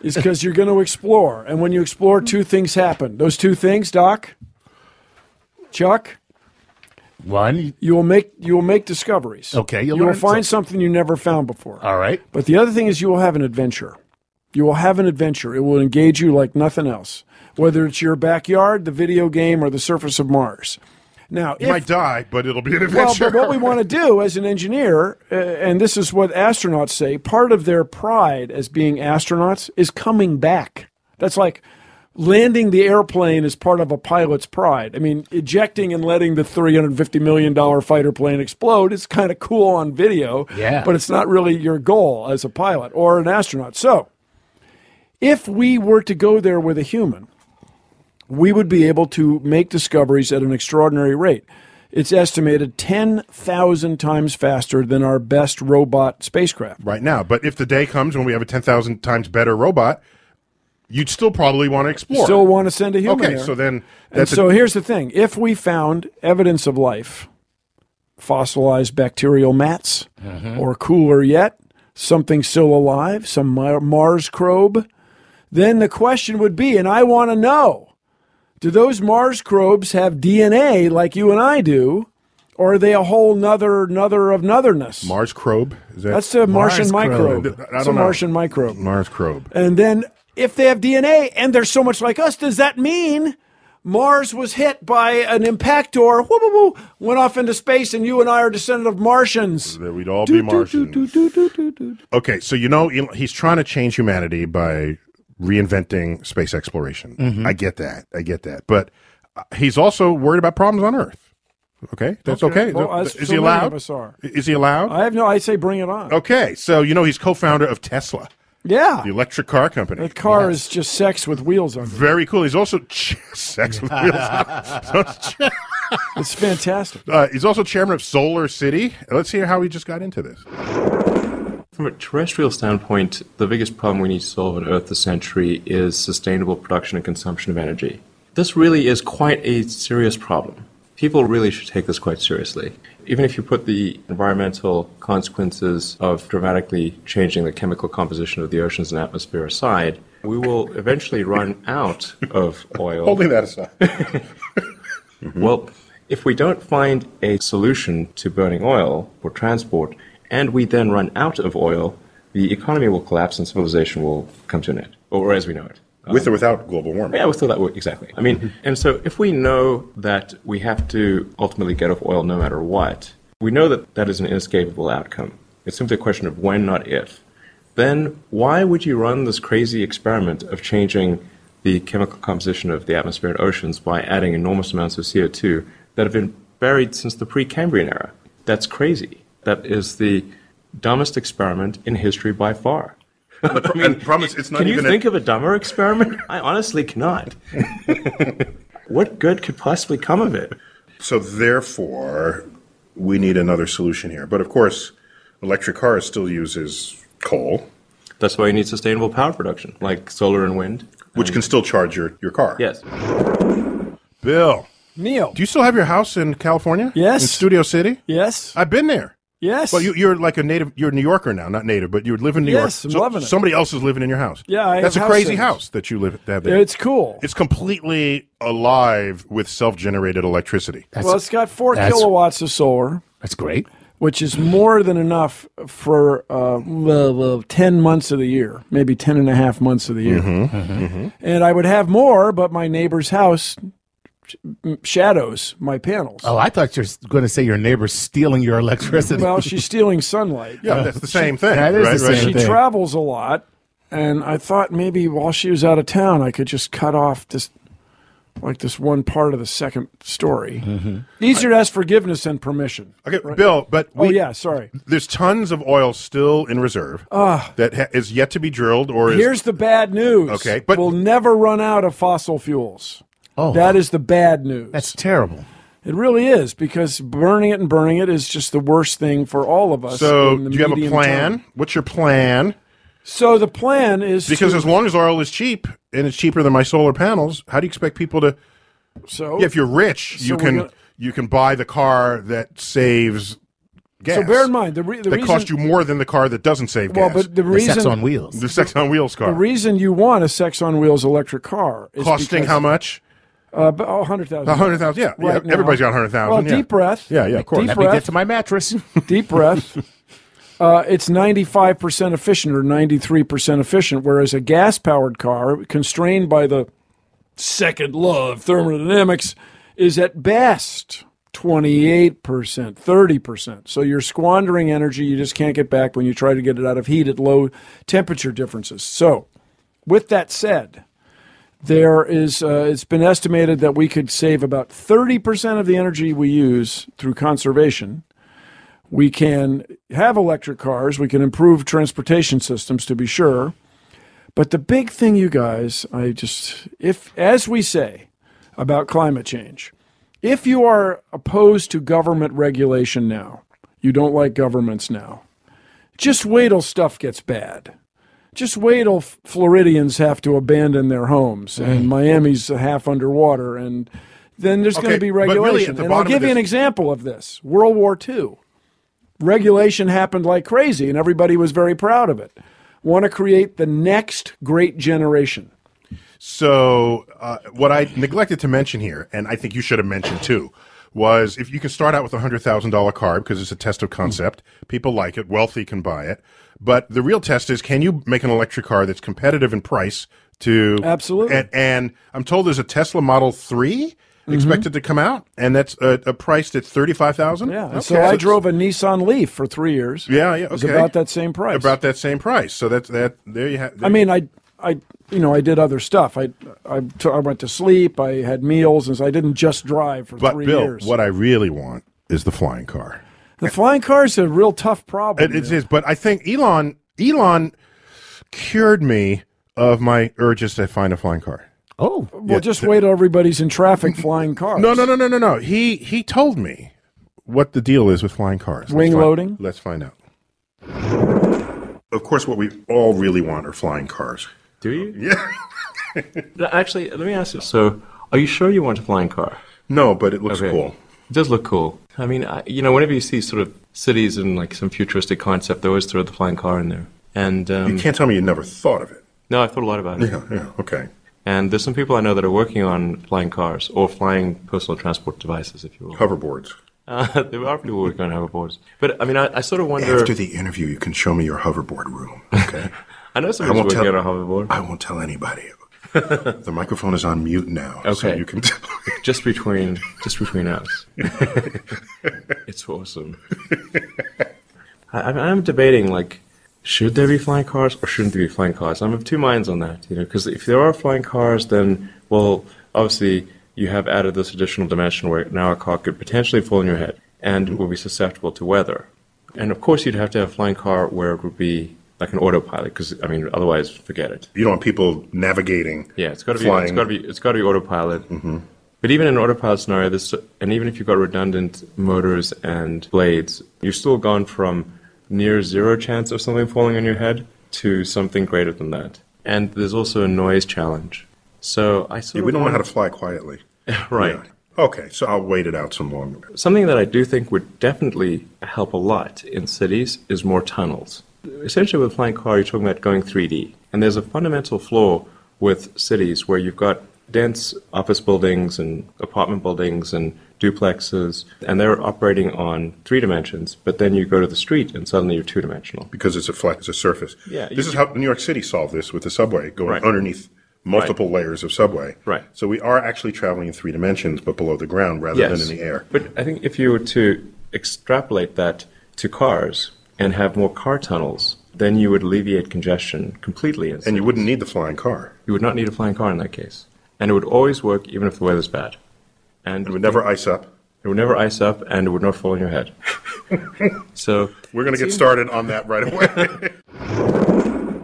S3: is because you're going to explore, and when you explore, two things happen. Those two things, Doc, Chuck,
S2: One,
S3: you will make you will make discoveries.
S2: Okay, you'll
S3: you will
S2: learn
S3: find something you never found before.
S2: all right.
S3: But the other thing is, you will have an adventure. You will have an adventure. It will engage you like nothing else, whether it's your backyard, the video game, or the surface of Mars. Now,
S1: You
S3: if,
S1: might die, but it'll be an
S3: well,
S1: adventure.
S3: but what we want to do as an engineer, uh, and this is what astronauts say, part of their pride as being astronauts is coming back. That's like landing the airplane is part of a pilot's pride. I mean, ejecting and letting the $350 million fighter plane explode is kind of cool on video,
S2: Yeah.
S3: but it's not really your goal as a pilot or an astronaut. So, if we were to go there with a human, we would be able to make discoveries at an extraordinary rate. It's estimated 10,000 times faster than our best robot spacecraft.
S1: right now. But if the day comes when we have a 10,000 times better robot, you'd still probably want to explore.
S3: Still want to send a human
S1: okay,
S3: there.
S1: so then
S3: and
S1: that's a-
S3: so here's the thing. If we found evidence of life, fossilized bacterial mats,
S1: Mm-hmm.
S3: or cooler yet, something still alive, some Mar- Mars probe, then the question would be, and I want to know, do those Mars probes have DNA like you and I do, or are they a whole nother, nother of notherness?
S1: Mars Crobe. Is that
S3: That's a Martian
S2: Mars
S3: microbe.
S2: probe.
S1: I
S3: That's a
S1: don't know.
S3: Martian microbe.
S1: Mars Crobe.
S3: And then if they have DNA and they're so much like us, does that mean Mars was hit by an impactor, whoop, whoop, whoop, went off into space, and you and I are descendant of Martians?
S1: That we'd all be Martians.
S3: Do-do-do-do-do-do-do.
S1: Okay, so you know, Elon- he's trying to change humanity by reinventing space exploration.
S3: Mm-hmm.
S1: I get that. I get that. But uh, he's also worried about problems on Earth. Okay, that's okay.
S3: Well, as
S1: Is
S3: so
S1: he
S3: many
S1: allowed?
S3: of us are.
S1: Is he allowed?
S3: I have no. I say bring it on.
S1: Okay, so you know he's co-founder of Tesla,
S3: Yeah,
S1: the electric car company.
S3: the car is just sex with wheels on it.
S1: Very cool. He's also ch- sex with wheels.
S3: It's fantastic.
S1: uh, he's also chairman of Solar City. Let's hear how he just got into this.
S4: From a terrestrial standpoint, the biggest problem we need to solve on Earth this century is sustainable production and consumption of energy. This really is quite a serious problem. People really should take this quite seriously. Even if you put the environmental consequences of dramatically changing the chemical composition of the oceans and atmosphere aside, we will eventually run out of oil.
S1: Holding that aside.
S4: Mm-hmm. Well, if we don't find a solution to burning oil for transport, and we then run out of oil, the economy will collapse and civilization will come to an end, or as we know it.
S1: With or without global warming.
S4: Yeah, we thought that worked exactly. I mean, and so if we know that we have to ultimately get off oil no matter what, we know that that is an inescapable outcome. It's simply a question of when, not if. Then why would you run this crazy experiment of changing the chemical composition of the atmosphere and oceans by adding enormous amounts of CO2 that have been buried since the Precambrian era? That's crazy. That is the dumbest experiment in history by far.
S1: But pro- and promise it's not
S4: Can
S1: even
S4: you
S1: a-
S4: think of a dumber experiment? I honestly cannot. what good could possibly come of it?
S1: So therefore, we need another solution here. But of course, electric cars still uses coal,
S4: That's why you need sustainable power production, like solar and wind.
S1: which
S3: Mm.
S1: can still charge your, your car.
S4: Yes.
S1: Bill,
S3: Neil.
S1: do you still have your house in California?
S3: Yes.
S1: In Studio City?
S3: yes.
S1: I've been there.
S3: yes.
S1: Well, you, you're like a native. You're a New Yorker now, not native, but you live in New
S3: Yes, I'm
S1: York. So
S3: loving it.
S1: Somebody else is living in your house.
S3: Yeah, I
S1: that's a
S3: have house
S1: crazy
S3: sitters.
S1: house that you live that there.
S3: it's cool.
S1: It's completely alive with self-generated electricity.
S3: well, it's got four
S2: that's-
S3: kilowatts of solar.
S2: That's great.
S3: which is more than enough for uh, well, well, 10 months of the year, maybe 10 and a half months of the year.
S2: Mm-hmm.
S3: And I would have more, but my neighbor's house sh- m- shadows my panels.
S2: Oh, I thought you were going to say your neighbor's stealing your electricity.
S3: Well, she's stealing sunlight.
S1: Yeah, that's the same thing.
S2: that is
S1: right,
S2: the
S1: right.
S2: same
S3: She
S2: thing.
S3: travels a lot, and I thought maybe while she was out of town, I could just cut off this. Like this one part of the second story.
S2: Mm-hmm.
S3: Easier to ask forgiveness than permission.
S1: Okay, Bill, but we,
S3: oh, yeah, sorry.
S1: there's tons of oil still in reserve that ha- is yet to be drilled or is
S3: Ah. Here's the bad news.
S1: Okay, but-
S3: we'll never run out of fossil fuels.
S2: Oh.
S3: that is the bad news.
S2: That's terrible.
S3: it really is because burning it and burning it is just the worst thing for all of us.
S1: so.
S3: in the
S1: Do you have a
S3: medium
S1: plan?
S3: term.
S1: What's your plan?
S3: So the plan is
S1: Because
S3: to,
S1: as long as oil is cheap and it's cheaper than my solar panels, how do you expect people to?
S3: so
S1: Yeah, if you're rich, you
S3: we're
S1: can
S3: gonna-
S1: you can buy the car that saves gas.
S3: so bear in mind the, re- the
S1: that
S3: reason
S1: costs you more than the car that doesn't save
S3: well,
S1: gas.
S3: but the
S2: The sex
S3: reason
S2: on wheels.
S1: the sex on wheels car
S3: the reason you want a sex on wheels electric car is
S1: costing
S3: because,
S1: how much?
S3: Uh, b- oh, hundred
S1: A
S3: thousand.
S1: hundred thousand. Yeah, yeah.
S3: Right now.
S1: Everybody's got a hundred thousand.
S3: Well,
S1: yeah.
S3: deep breath.
S1: Yeah, yeah, of course.
S3: Deep
S2: Let me get
S3: breath.
S2: to my mattress.
S3: deep breath. Uh, it's 95% efficient or 93% efficient, whereas a gas powered car, constrained by the second law of thermodynamics, is at best 28%, 30%. So you're squandering energy you just can't get back when you try to get it out of heat at low temperature differences. So, with that said, there is uh, it's been estimated that we could save about 30% of the energy we use through conservation we can have electric cars. We can improve transportation systems to be sure. But the big thing, you guys, I just, if, as we say about climate change, if you are opposed to government regulation now, you don't like governments now, just wait till stuff gets bad. Just wait till Floridians have to abandon their homes
S1: Mm.
S3: and Miami's half underwater, and then there's going
S1: Okay,
S3: to be
S1: but really at
S3: regulation.
S1: the
S3: and I'll
S1: bottom of
S3: give you an
S1: this-
S3: example of this World War II regulation happened like crazy, and everybody was very proud of it. Want to create the next great generation.
S1: So, uh, what I neglected to mention here, and I think you should have mentioned too, was if you can start out with a hundred thousand dollar car because it's a test of concept, people like it, wealthy can buy it. But the real test is, can you make an electric car that's competitive in price to
S3: Absolutely. Mm-hmm.
S1: And, and I'm told there's a Tesla Model Three expected to come out, and that's a, a price that's thirty five thousand.
S3: Yeah. and So I drove a Nissan Leaf for three years.
S1: Yeah, yeah,
S3: It was
S1: okay.
S3: about that same price.
S1: about that same price. So that's that. There you have.
S3: I mean, I, I, you know, I did other stuff. I, I, t- I went to sleep. I had meals, and so I didn't just drive for
S1: but
S3: three
S1: Bill,
S3: years.
S1: what I really want is the flying car.
S3: the flying car is a real tough problem.
S1: It, it is, but I think Elon Elon cured me of my urges to find a flying car.
S2: Oh,
S3: well, just wait till everybody's in traffic flying cars.
S1: No, no, no, no, no, no. He he told me what the deal is with flying cars. Let's
S3: Wing
S1: find-
S3: loading?
S1: Let's find out. Of course, what we all really want are flying cars.
S4: Do you? Yeah. Actually, let me ask you. So, are you sure you want a flying car?
S1: No, but it looks
S4: Okay.
S1: cool.
S4: It does look cool. I mean, I, you know, whenever you see sort of cities and like some futuristic concept, they always throw the flying car in there. And um,
S1: You can't tell me you never thought of it.
S4: No, I've thought a lot about it.
S1: Yeah, yeah, okay.
S4: And there's some people I know that are working on flying cars or flying personal transport devices, if you will.
S1: Hoverboards.
S4: Uh, there are people working on hoverboards. But I mean, I, I sort of wonder.
S1: After the interview, you can show me your hoverboard room, okay?
S4: I know
S1: I
S4: somebody's
S1: won't
S4: working
S1: tell-
S4: on a hoverboard.
S1: I won't tell anybody. the microphone is on mute now, so
S4: Okay.
S1: you can tell.
S4: just between, just between us. it's awesome. I, I'm- I'm debating like, should there be flying cars or shouldn't there be flying cars? I'm of two minds on that. You know, because if there are flying cars, then well, obviously you have added this additional dimension where now a car could potentially fall on your head and will be susceptible to weather. And of course, you'd have to have a flying car where it would be like an autopilot, because I mean, otherwise, forget it.
S1: you don't want people navigating.
S4: Yeah, it's got to be.
S1: flying. Mm-hmm.
S4: It's got to be. It's got to be autopilot. But even in an autopilot scenario, this and even if you've got redundant motors and blades, you've still gone from near zero chance of something falling on your head to something greater than that. And there's also a noise challenge. So I sort
S1: Yeah,
S4: of
S1: we don't know how to
S4: want-
S1: fly quietly.
S4: right.
S1: Yeah. Okay, so I'll wait it out some longer.
S4: Something that I do think would definitely help a lot in cities is more tunnels. Essentially, with a flying car, you're talking about going 3D. And there's a fundamental flaw with cities where you've got dense office buildings and apartment buildings and duplexes, and they're operating on three dimensions, but then you go to the street and suddenly you're two dimensional.
S1: because it's a flat, it's a surface.
S4: Yeah, you
S1: this is
S4: could-
S1: how New York City solved this with the subway going
S4: Right.
S1: underneath multiple layers of subway.
S4: Right.
S1: So we are actually traveling in three dimensions, but below the ground rather
S4: Yes.
S1: than in the air.
S4: But I think if you were to extrapolate that to cars and have more car tunnels, then you would alleviate congestion completely. in
S1: And you
S4: cities.
S1: wouldn't need the flying car.
S4: You would not need a flying car in that case. And it would always work even if the weather's bad. And
S1: It would never ice up.
S4: it would never ice up and it would not fall on your head. so
S1: We're going to get started on that right away.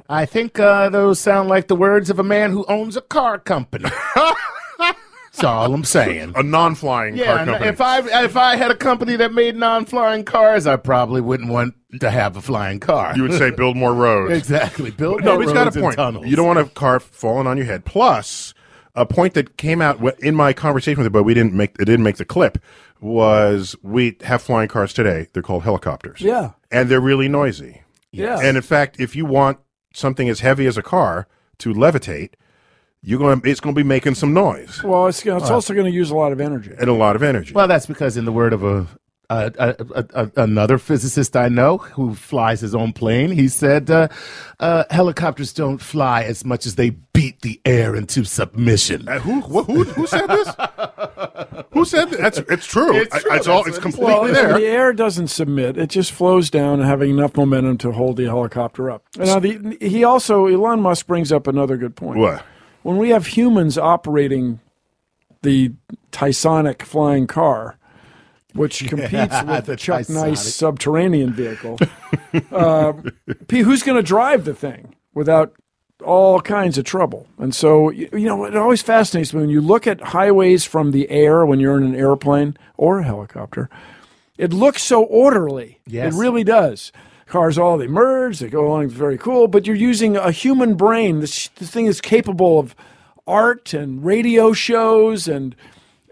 S2: I think uh, those sound like the words of a man who owns a car company. That's all I'm saying.
S1: a non-flying car
S2: Yeah,
S1: company.
S2: if I if I had a company that made non-flying cars, I probably wouldn't want to have a flying car.
S1: you would say build more roads.
S2: exactly. Build
S1: No,
S2: more
S1: but he's got
S2: roads
S1: a
S2: and
S1: point.
S2: tunnels.
S1: You don't want a car falling on your head. Plus, a point that came out wh- in my conversation with it, but we didn't make it didn't make the clip. Was we have flying cars today? They're called helicopters.
S3: Yeah.
S1: and they're really noisy.
S3: Yes.
S1: and in fact, if you want something as heavy as a car to levitate, you're going. to It's going to be making some noise
S3: Well, it's, it's also going to use a lot of energy.
S1: and a lot of energy.
S2: Well, that's because, in the word of a, a, a, a, a another physicist I know who flies his own plane, he said uh, uh, helicopters don't fly as much as they beat the air into submission.
S1: Uh, who, wh- who who said this? who said th- that's? It's true.
S2: It's
S1: I-
S2: true.
S1: it's all. It's
S2: That's what he said.
S1: completely
S3: Well,
S1: there.
S3: The air doesn't submit; it just flows down, having enough momentum to hold the helicopter up. Now, the, he also Elon Musk brings up another good point.
S1: What?
S3: When we have humans operating the Tysonic flying car, which competes with the
S2: the
S3: Chuck
S2: Tysonic.
S3: Nice subterranean vehicle, uh, P, who's going to drive the thing without? All kinds of trouble. And so, you you know, it always fascinates me when you look at highways from the air when you're in an airplane or a helicopter, it looks so orderly.
S2: Yes.
S3: It really does. Cars all they merge, they go along, it's very cool, but you're using a human brain. This, this thing is capable of art and radio shows and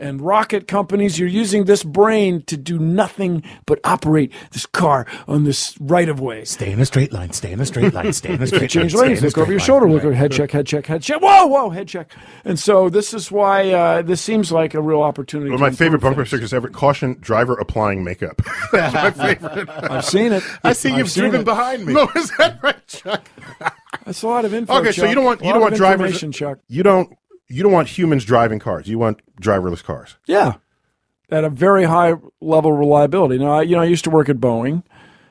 S3: and rocket companies. You're using this brain to do nothing but operate this car on this right of way.
S2: Stay in a straight line. Stay in a straight line. Stay in a straight line.
S3: Change
S2: stay
S3: lanes,
S2: in a
S3: look over
S2: straight line.
S3: your shoulder, look over head check, head check, head check. Whoa, whoa, head check. And so this is why uh, this seems like a real opportunity.
S1: One of
S3: to
S1: my favorite
S3: improve
S1: bumper
S3: things.
S1: stickers ever. Caution: driver applying makeup. That's my favorite.
S3: I've seen it.
S2: I see
S3: I've
S2: you've
S3: seen
S2: driven
S3: it.
S2: behind me.
S1: no, is that right, Chuck?
S3: That's a lot of info.
S1: Okay, so you
S3: Chuck.
S1: don't want
S3: A
S1: you
S3: lot
S1: don't
S3: of
S1: want drivers.
S3: information, Chuck.
S1: You don't you don't want humans driving cars. You want driverless cars.
S3: Yeah, at a very high level of reliability. Now, I, you know, I used to work at Boeing,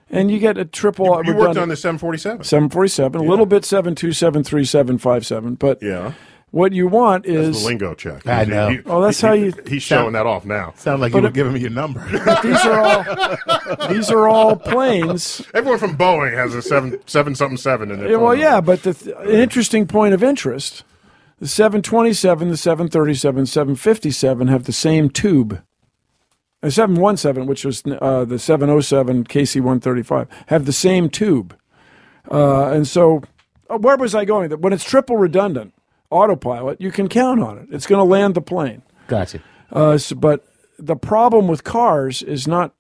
S3: and you get a triple.
S1: You worked on the 747.
S3: seven forty seven, a little bit seven two seven three seven five seven. But
S1: yeah,
S3: what you want
S1: the
S3: is
S1: lingo check.
S2: I know.
S3: Oh, that's how you-
S1: He's showing that off now.
S2: Sound like you were giving me your number.
S3: these are all these are all planes.
S1: Everyone from Boeing has a seven seven something seven in their.
S3: Yeah,
S1: phone
S3: well,
S1: number.
S3: yeah, but the th- an interesting point of interest: the seven twenty seven, the seven thirty seven, seven fifty seven have the same tube. The seven one seven, which was uh, the seven oh seven KC one thirty five, have the same tube. Uh, and so, uh, where was I going? That when it's triple redundant autopilot, you can count on it. It's going to land the plane.
S2: gotcha.
S3: Uh, s- but the problem with cars is not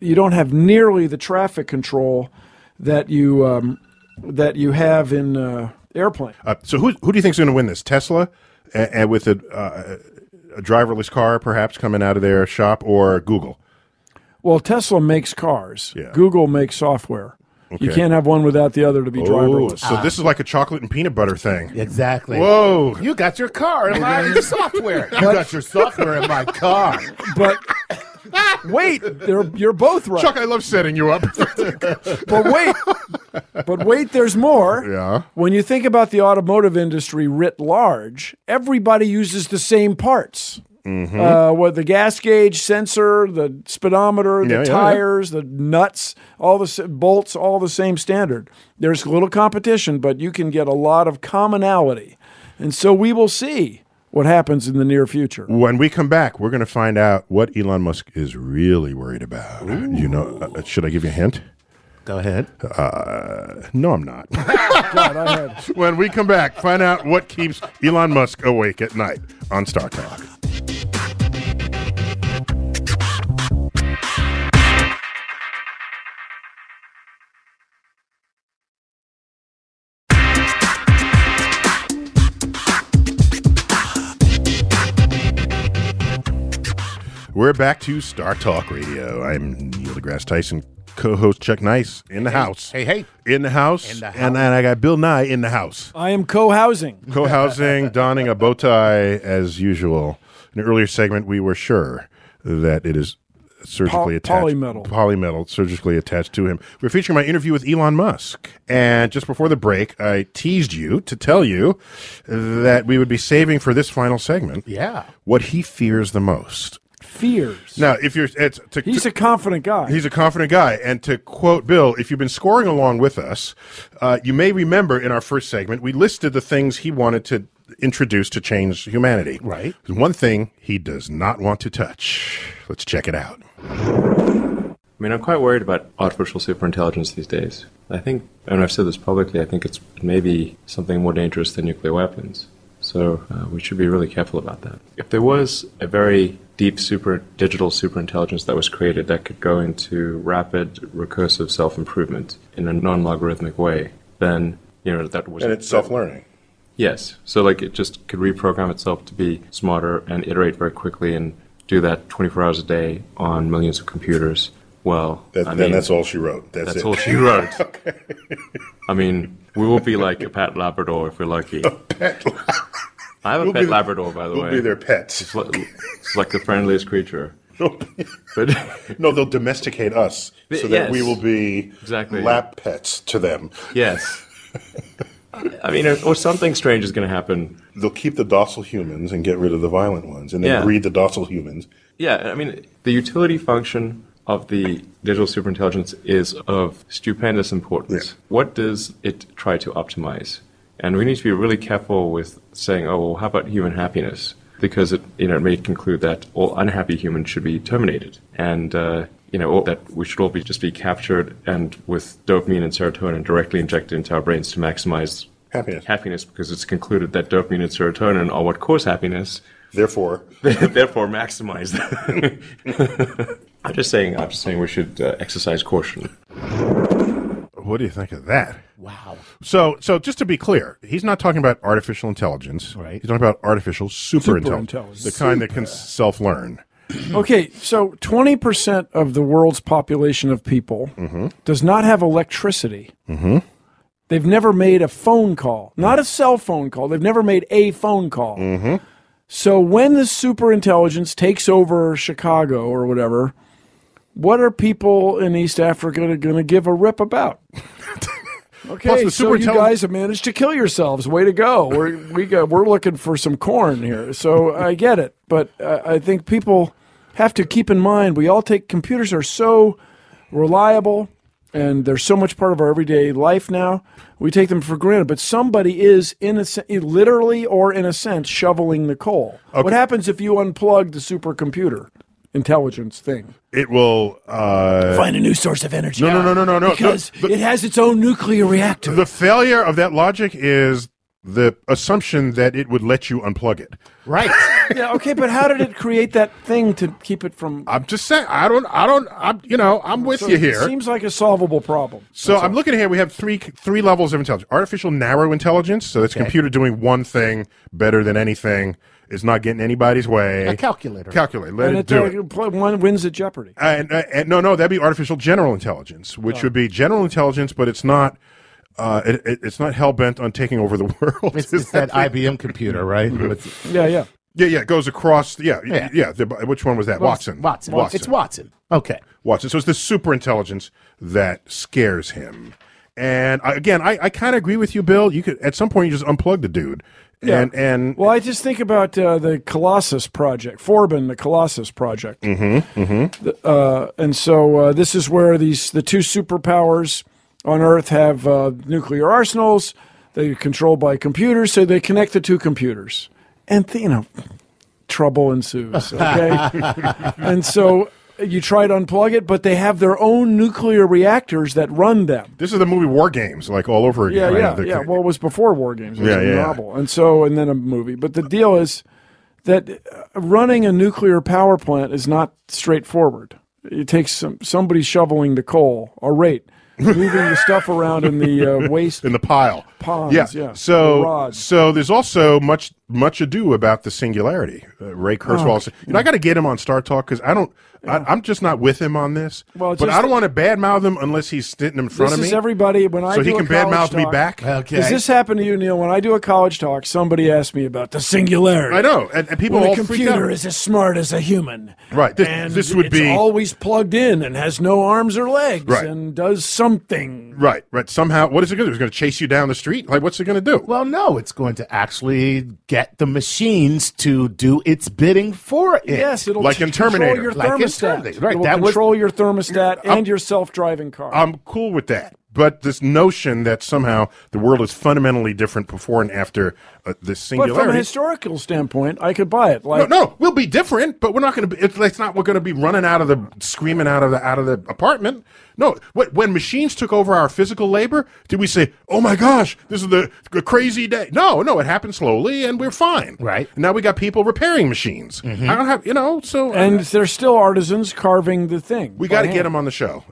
S3: you don't have nearly the traffic control that you um, that you have in uh, airplane.
S1: Uh, so who who do you think's going to win this? Tesla, and, and with a, uh, a driverless car perhaps coming out of their shop, or Google?
S3: Well, Tesla makes cars.
S1: Yeah.
S3: Google makes software. You
S1: Okay.
S3: can't have one without the other to be
S1: Oh,
S3: driverless.
S1: so this is like a chocolate and peanut butter thing.
S2: Exactly.
S1: Whoa!
S2: You got your car in my software. You got your software in my car.
S3: But wait, they're, you're both right.
S1: Chuck, I love setting you up.
S3: But wait, but wait, there's more.
S1: Yeah.
S3: When you think about the automotive industry writ large, everybody uses the same parts.
S1: Mm-hmm.
S3: Uh, what the gas gauge sensor, the speedometer, the
S1: Yeah, yeah, yeah.
S3: tires, the nuts, all the s- bolts, all the same standard. There's little competition, but you can get a lot of commonality, and so we will see what happens in the near future.
S1: When we come back, we're going to find out what Elon Musk is really worried about. You know, uh, should I give you a hint? Uh,
S2: Go ahead.
S1: No, I'm not.
S3: God, I had
S1: when we come back, find out what keeps Elon Musk awake at night on Star Talk. We're back to Star Talk Radio. I'm Neil deGrasse Tyson, co-host Chuck Nice in the house.
S2: hey, hey.
S1: in the house,
S2: In the
S1: and then I got Bill Nye in the house,
S3: I am co-housing.
S1: co-housing, donning a bow tie as usual. In an earlier segment, we were sure that it is surgically
S3: Poly-
S1: attached,
S3: polymetal.
S1: polymetal, surgically attached to him. We're featuring my interview with Elon Musk, and just before the break, I teased you to tell you that we would be saving for this final segment,
S2: Yeah.
S1: what he fears the most.
S3: Fears.
S1: Now, if you're, it's to,
S3: He's a confident guy.
S1: He's a confident guy. And to quote Bill, if you've been scoring along with us, uh, you may remember in our first segment, we listed the things he wanted to introduce to change humanity.
S2: Right.
S1: There's one thing he does not want to touch. Let's check it out.
S4: I mean, I'm quite worried about artificial superintelligence these days. I think, and I've said this publicly, I think it's maybe something more dangerous than nuclear weapons. So uh, we should be really careful about that. If there was a very deep super digital superintelligence that was created that could go into rapid recursive self-improvement in a non-logarithmic way, then you know that was
S1: self-learning.
S4: Yes. So like it just could reprogram itself to be smarter and iterate very quickly and do that 24 hours a day on millions of computers. Well, I mean,
S1: all she wrote.
S4: that's all she wrote. I mean, we will be like a pet Labrador if we're lucky. I have a pet
S1: be-
S4: Labrador, by the way.
S1: pets.
S4: It's like, it's like the friendliest creature. But
S1: No, they'll domesticate us
S4: Th- so that we yes. will
S1: be
S4: Exactly. lap
S1: pets to them.
S4: yes, I mean, or, or something strange is going to happen
S1: They'll keep the docile humans and get rid of the violent ones, and
S4: then Yeah. breed
S1: the docile humans.
S4: Yeah, I mean, the utility function of the digital superintelligence is of stupendous importance. What does it try to optimize? And we need to be really careful with saying, oh, well, how about human happiness? Because it, you know, it may conclude that all unhappy humans should be terminated, and uh, you know, or that we should all be just be captured and with dopamine and serotonin directly injected into our brains to maximize
S1: Happiness.
S4: Happiness, because it's concluded that dopamine and serotonin are what cause happiness,
S1: Therefore,
S4: therefore maximize that. I'm just saying. I'm just saying we should uh, exercise caution.
S1: what do you think of that?
S2: Wow.
S1: So, so just to be clear, he's not talking about artificial intelligence.
S2: Right.
S1: He's talking about artificial super,
S3: Superintelligence.
S1: intelligence, the kind that can self-learn.
S3: Okay, so 20% of the world's population of people does not have electricity. They've never made a phone call, not a cell phone call. They've never made a phone call. So when the super intelligence takes over Chicago or whatever, what are people in East Africa going to give a rip about?
S1: Plus,
S3: Okay,
S1: the
S3: so you
S1: superintelli-
S3: guys have managed to kill yourselves. Way to go! We're we got, we're looking for some corn here, so I get it. But uh, I think people have to keep in mind we all take computers are so reliable, and they're so much part of our everyday life now. We take them for granted, but somebody is in a se- literally or in a sense shoveling the coal. What happens if you unplug the supercomputer intelligence thing?
S1: It will. Uh,
S3: Find a new source of energy.
S1: no, no, no, no, no, no.
S3: Because
S1: The-
S3: it has its own nuclear reactor.
S1: the failure of that logic is the assumption that it would let you unplug it.
S2: Right.
S3: yeah, okay, but how did it create that thing to keep it from?
S1: I'm just saying. I don't. I don't. I'm. You know. I'm with
S3: So
S1: you
S3: it
S1: here.
S3: Seems like a solvable problem.
S1: So I'm looking here. We have three three levels of intelligence. Artificial narrow intelligence. So that's computer doing one thing better than anything. It's not getting anybody's way.
S2: A calculator.
S1: Calculate. Let
S3: And
S1: it,
S3: it,
S1: do
S3: uh,
S1: it.
S3: pl- one wins at Jeopardy.
S1: And, uh, and no, no, that'd be artificial general intelligence,
S2: Oh.
S1: which would be general intelligence, but it's not. Uh, it, it, it's not hell bent on taking over the world.
S2: It's, it's that IBM computer, right? With-
S3: Yeah, yeah.
S1: yeah, yeah, it goes across. Yeah, yeah.
S2: Yeah.
S1: yeah the, which one was that? Watson.
S2: Watson.
S1: Watson.
S2: It's Watson. Okay.
S1: Watson. So it's the super intelligence that scares him. And I, again, I, I kind of agree with you, Bill. You could at some point you just unplug the dude. And and
S3: Well, I just think about uh, the Colossus project, Forbin, the Colossus project, mm-hmm, uh, and so uh, this is where these the two superpowers on Earth have uh, nuclear arsenals. They're controlled by computers, so they connect the two computers, and th- you know, trouble ensues. Okay, and so you try to unplug it, but they have their own nuclear reactors that run them.
S1: this is the movie War Games, like all over again.
S3: Yeah,
S1: right?
S3: yeah,
S1: The-
S3: yeah. Well, it was before War Games. It was
S1: Yeah,
S3: a
S1: yeah, yeah.
S3: novel, and so and then a movie. But the deal is that uh, running a nuclear power plant is not straightforward. It takes some somebody shoveling the coal, or rate, moving the stuff around in the uh, waste.
S1: in the pile.
S3: Ponds, yeah. The
S1: So
S3: rods.
S1: so there's also much much ado about the singularity. Uh,
S3: Oh,
S1: Ray Kurzweil. you know, I got to get him on Star Talk because I don't. I, I'm just not with him on this.
S3: Well,
S1: but
S3: just-
S1: I don't want to badmouth him unless he's sitting in front
S3: This
S1: of me.
S3: is everybody. When I
S1: so
S3: do
S1: he
S3: a
S1: can
S3: college
S1: badmouth me
S3: talk-
S1: back.
S2: Okay.
S3: Does this happen to you, Neil? When I do a college talk, somebody asked me about the singularity.
S1: I know, and, and people
S3: When
S1: all
S3: a
S1: freak out.
S3: computer is as smart as a human.
S1: Right, this-
S3: and
S1: this would
S3: it's
S1: be-
S3: always plugged in and has no arms or legs
S1: Right.
S3: and does something.
S1: Right, right. Somehow, what is it going to do? It's going to chase you down the street? Like, what's it going to do?
S2: Well, no, it's going to actually get the machines to do its bidding for it.
S3: Yes, it'll
S1: Like
S3: t-
S1: in Terminator.
S3: control your
S2: Like in
S3: thermostat.
S2: Terminator, right,
S3: It will
S2: that was-
S3: control your thermostat and your self-driving car.
S1: I'm cool with that. But this notion that somehow the world is fundamentally different before and after uh, this
S3: but from a
S1: singularity.
S3: historical standpoint, I could buy it. Like
S1: no, no, we'll be different, but we're not going to be. It's, it's not we're going to be running out of the screaming out of the out of the apartment. No, what, when machines took over our physical labor, did we say, "Oh my gosh, this is the the crazy day"? No, no, it happened slowly, and we're fine.
S2: Right.
S1: now, we got people repairing machines.
S3: Mm-hmm.
S1: I don't have, you know, so
S3: and there's still artisans carving the thing.
S1: We got to get him on the show.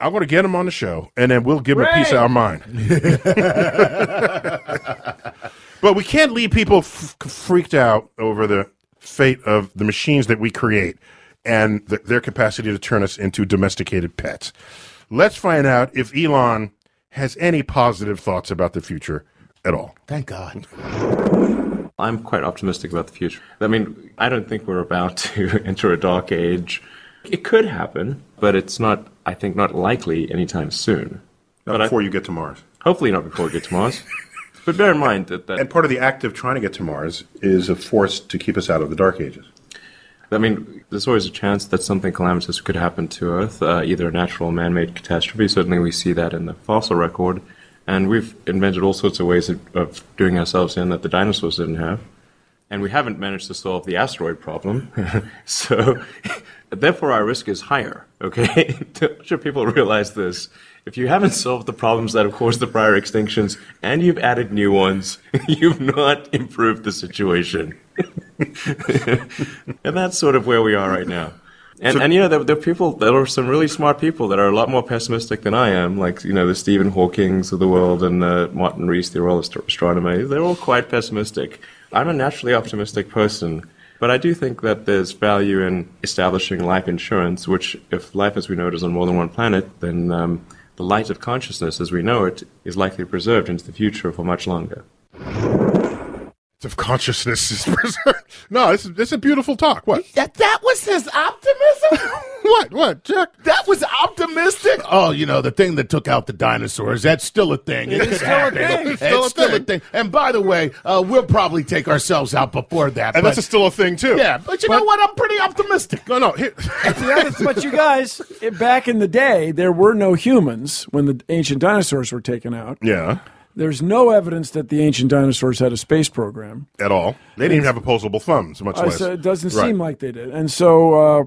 S1: I'm going to get him on the show, and then we'll give him a piece of our mind. but we can't leave people f- freaked out over the fate of the machines that we create and th- their capacity to turn us into domesticated pets. Let's find out if Elon has any positive thoughts about the future at all.
S2: Thank God.
S4: I'm quite optimistic about the future. I mean, I don't think we're about to enter a dark age. It could happen, but it's not, I think, not likely anytime soon.
S1: Not
S4: But I-
S1: before you get to Mars.
S4: Hopefully not before we get to Mars. but bear in mind that, that
S1: And part of the act of trying to get to Mars is a force to keep us out of the dark ages.
S4: I mean, there's always a chance that something calamitous could happen to Earth, uh, either a natural or man-made catastrophe. Certainly, we see that in the fossil record, and we've invented all sorts of ways of, of doing ourselves in that the dinosaurs didn't have, and we haven't managed to solve the asteroid problem. so, therefore, our risk is higher. Okay, I'm sure people realize this. If you haven't solved the problems that have caused the prior extinctions and you've added new ones, you've not improved the situation. And that's sort of where we are right now. And, and you know, there, there are people, there are some really smart people that are a lot more pessimistic than I am, like, you know, the Stephen Hawkings of the world and uh, Martin Rees, the oral astro- astronomer. They're all quite pessimistic. I'm a naturally optimistic person, but I do think that there's value in establishing life insurance, which, if life as we know it is on more than one planet, then um, the light of consciousness as we know it is likely preserved into the future for much longer.
S1: of consciousness is preserved. No, this is this is a beautiful talk. What?
S2: That, that was his optimism?
S1: What? What? Jack?
S2: That was optimistic. Oh, you know the thing that took out the dinosaurs—that's still a thing. It is
S1: still a thing.
S2: It's still, a, thing. And by the way, uh, we'll probably take ourselves out before that.
S1: And
S2: but-
S1: that's a, still a thing too.
S2: yeah, but you know what? I'm pretty optimistic.
S1: No, no. Here,
S3: Yeah, but you guys, it- back in the day, there were no humans when the ancient dinosaurs were taken out.
S1: yeah.
S3: There's no evidence that the ancient dinosaurs had a space program.
S1: At all. They didn't even have opposable thumbs, much
S3: I
S1: less.
S3: said Oh, it doesn't
S1: Right.
S3: seem like they did. And so uh,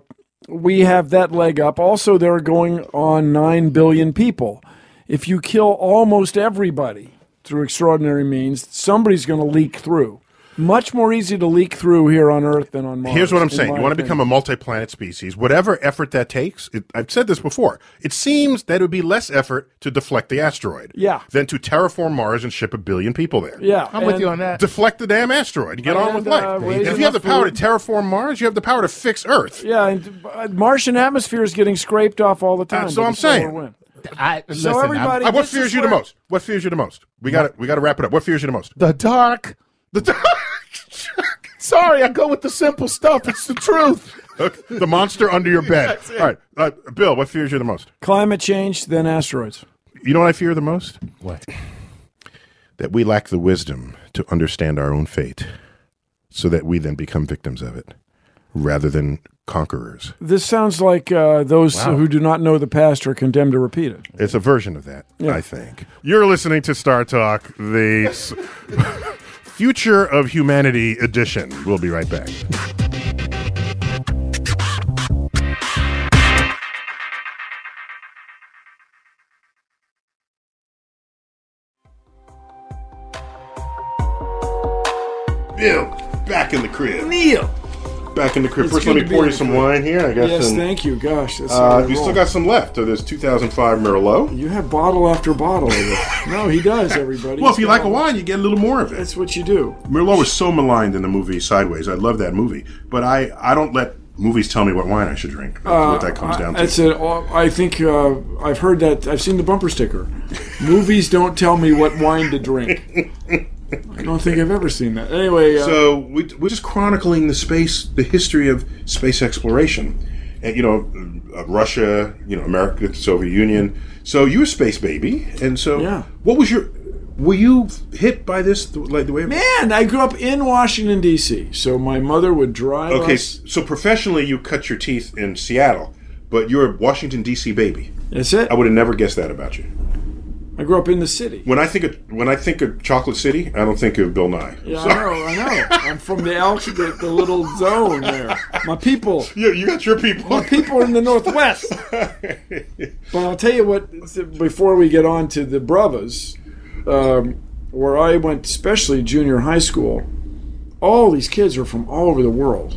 S3: we have that leg up. Also, they're going on 9 billion people. If you kill almost everybody, through extraordinary means, somebody's going to leak through. Much more easy to leak through here on Earth than on Mars.
S1: Here's what I'm
S3: in
S1: saying.
S3: my
S1: You want to
S3: opinion.
S1: become a multi-planet species. Whatever effort that takes, it, I've said this before. It seems that it would be less effort to deflect the asteroid,
S3: Yeah.
S1: than to terraform Mars and ship a billion people there.
S3: Yeah,
S2: I'm with
S3: and-
S2: you on that.
S1: Deflect the damn asteroid. Get on
S3: And,
S1: with
S3: uh,
S1: life.
S3: raise
S1: if you have the
S3: enough
S1: power
S3: food-
S1: to terraform Mars, you have the power to fix Earth.
S3: Yeah, and uh, Martian atmosphere is getting scraped off all the time.
S1: That's
S3: by
S1: what
S3: the
S1: I'm
S3: solar
S1: saying.
S3: wind.
S2: I, listen, I'm-
S3: everybody-
S1: Uh, what
S3: This
S1: fears
S3: is
S1: you the
S3: where-
S1: most? What fears you the most? We got to we got to wrap it up. What fears you the most?
S2: the dark.
S1: The
S2: Sorry, I go with the simple stuff. It's the truth.
S1: the monster under your bed. All right, uh, Bill. What fears you the most?
S3: Climate change, then asteroids.
S1: You know what I fear the most?
S2: What?
S1: That we lack the wisdom to understand our own fate, so that we then become victims of it, rather than conquerors.
S3: This sounds like uh, those who do not know the past are condemned to repeat it.
S1: It's a version of that, I think. You're listening to Star Talk, the s- Future of Humanity edition. We'll be right back. Bill, back in the crib. Neil, back in the crib. First, let me pour you some wine here. I got
S3: Yes,
S1: some.
S3: thank you. Gosh, that's
S1: Uh,
S3: how I
S1: you still
S3: roll.
S1: got some left. So there's 2005 Merlot.
S3: You have bottle after bottle. Of it. no, he does. Everybody.
S1: Well, if
S3: He's
S1: you like
S3: got-
S1: a wine, you get a little more of it.
S3: that's what you do.
S1: Merlot was so maligned in the movie Sideways. I love that movie, but I, I don't let movies tell me what wine I should drink. That's what that comes down to.
S3: That's it. Oh, I think uh, I've heard that. I've seen the bumper sticker. Movies don't tell me what wine to drink. I don't think I've ever seen that. Anyway, uh,
S1: So we, we're just chronicling the space, the history of space exploration, and you know, uh, Russia, you know, America, the Soviet Union. So you were a space baby, and so
S3: Yeah.
S1: what was your? Were you hit by this th- like the way?
S3: man, I grew up in Washington D.C., so my mother would drive.
S1: Okay,
S3: us-
S1: s- so professionally you cut your teeth in Seattle, but you're a Washington D.C. baby.
S3: that's it.
S1: I would have never guessed that about you.
S3: I grew up in the city.
S1: When I think of when I think of Chocolate City, I don't think of Bill Nye.
S3: Yeah, I know, I know. I'm from the altitude, the little zone there. My people,
S1: You, you got your people.
S3: my people are in the northwest. But I'll tell you what. Before we get on to the Bravas, um, where I went, especially junior high school, all these kids are from all over the world,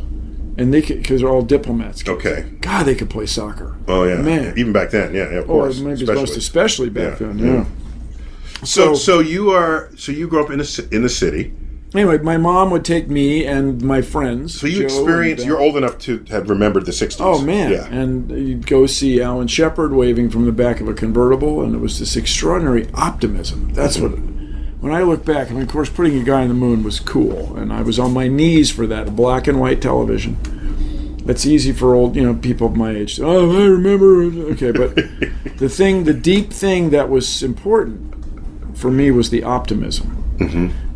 S3: and they because they're all diplomats. kids.
S1: okay.
S3: God, they could play soccer.
S1: Oh yeah.
S3: man.
S1: Even back then, yeah, yeah of
S3: or
S1: course.
S3: maybe
S1: especially.
S3: most especially back
S1: Yeah,
S3: then.
S1: yeah.
S3: Yeah.
S1: so, so you are so you grew up in the ci- in the city.
S3: Anyway, my mom would take me and my friends.
S1: So you experienced. You're old enough to have remembered the '60s.
S3: Oh man!
S1: Yeah.
S3: And you'd go see Alan Shepard waving from the back of a convertible, and it was this extraordinary optimism. That's what. When I look back, I mean, of course, putting a guy on the moon was cool, and I was on my knees for that black and white television. That's easy for old, you know, people of my age. Oh, I remember. Okay, but the thing, the deep thing that was important for me was the optimism,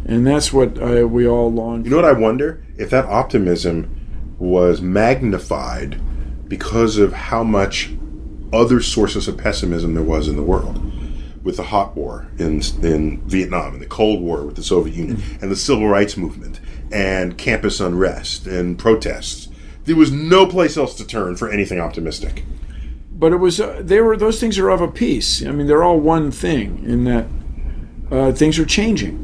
S3: and that's what I, we all long.
S1: You know what I wonder if that optimism was magnified because of how much other sources of pessimism there was in the world, with the hot war in in Vietnam and the Cold War with the Soviet Union and the civil rights movement and campus unrest and protests. There was no place else to turn for anything optimistic.
S3: but it was uh, they were those things are of a piece. I mean, they're all one thing in that uh, things are changing.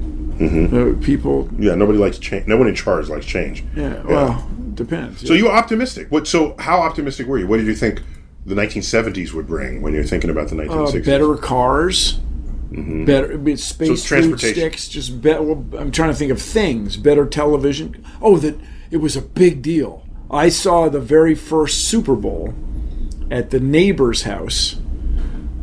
S3: Uh, people,
S1: Mm-hmm. Yeah, nobody likes change. No one in charge likes change.
S3: yeah, well, depends.
S1: So you were optimistic. What? So how optimistic were you? What did you think the 1970s would bring when you're thinking about the 1960s?
S3: uh, better cars, better I mean, space
S1: it's Mm-hmm.
S3: food
S1: transportation.
S3: sticks. Just bet. Well, I'm trying to think of things. Better television. Oh, that it was a big deal. I saw the very first Super Bowl at the neighbor's house,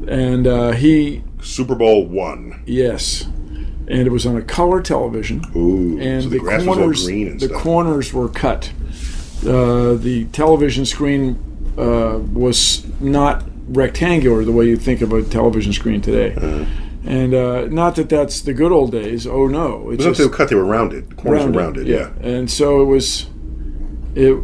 S3: and uh, he
S1: Super Bowl one.
S3: Yes, and it was on a color television.
S1: Ooh,
S3: and
S1: so the
S3: the,
S1: grass was all
S3: corners,
S1: green and
S3: the
S1: stuff.
S3: corners were cut. Uh, the television screen uh, was not rectangular the way you think of a television screen today.
S1: Uh-huh.
S3: And uh, not that that's the good old days. Oh no, it's
S1: It wasn't they were cut; they were rounded. The corners were rounded. Yeah.
S3: And so it was, it,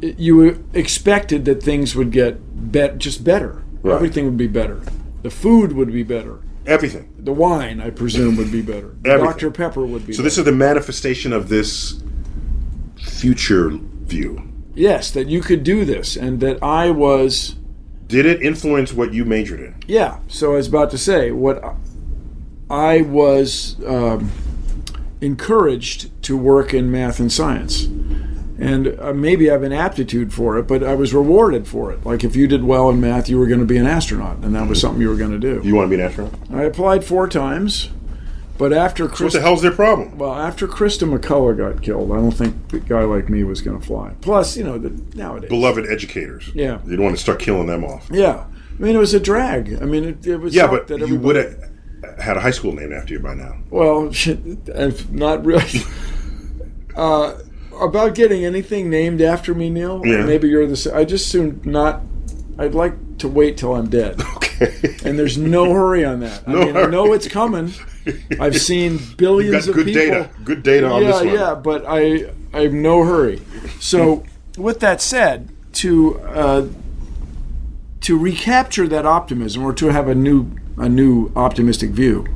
S3: it- you expected that things would get bet just better.
S1: Right.
S3: Everything would be better. The food would be better.
S1: everything.
S3: The wine, I presume, would be better.
S1: Everything.
S3: Dr. Pepper would be
S1: So
S3: better.
S1: this is the manifestation of this future view.
S3: yes, that you could do this, and that I was.
S1: Did it influence what you majored in?
S3: Yeah, so I was about to say what I was um, encouraged to work in math and science. And uh, maybe I have an aptitude for it, but I was rewarded for it. Like if you did well in math, you were going to be an astronaut, and that was something you were going to do.
S1: Mm-hmm. You want to be an astronaut?
S3: I applied four times, but after
S1: What
S3: Chris,
S1: the hell's their problem?
S3: well, after Krista McCullough got killed, I don't think a guy like me was going to fly. Plus, you know, the, nowadays,
S1: Beloved educators.
S3: Yeah.
S1: You don't want to start killing them off.
S3: yeah. I mean, it was a drag. I mean, it, it was
S1: Yeah,
S3: sucked
S1: but
S3: that
S1: you
S3: everybody-
S1: would have had a high school named after you by now.
S3: Well, I've not really. uh, about getting anything named after me, Neil.
S1: Yeah.
S3: Maybe you're the. s- I just soon not. I'd like to wait till I'm dead,
S1: Okay.
S3: and there's no hurry on that. I mean, I know
S1: hurry.
S3: it's coming. I've seen billions
S1: got
S3: of
S1: good
S3: people.
S1: data. Good data on
S3: yeah,
S1: this one.
S3: Yeah, but I I'm no hurry. So with that said, to uh, to recapture that optimism or to have a new a new optimistic view,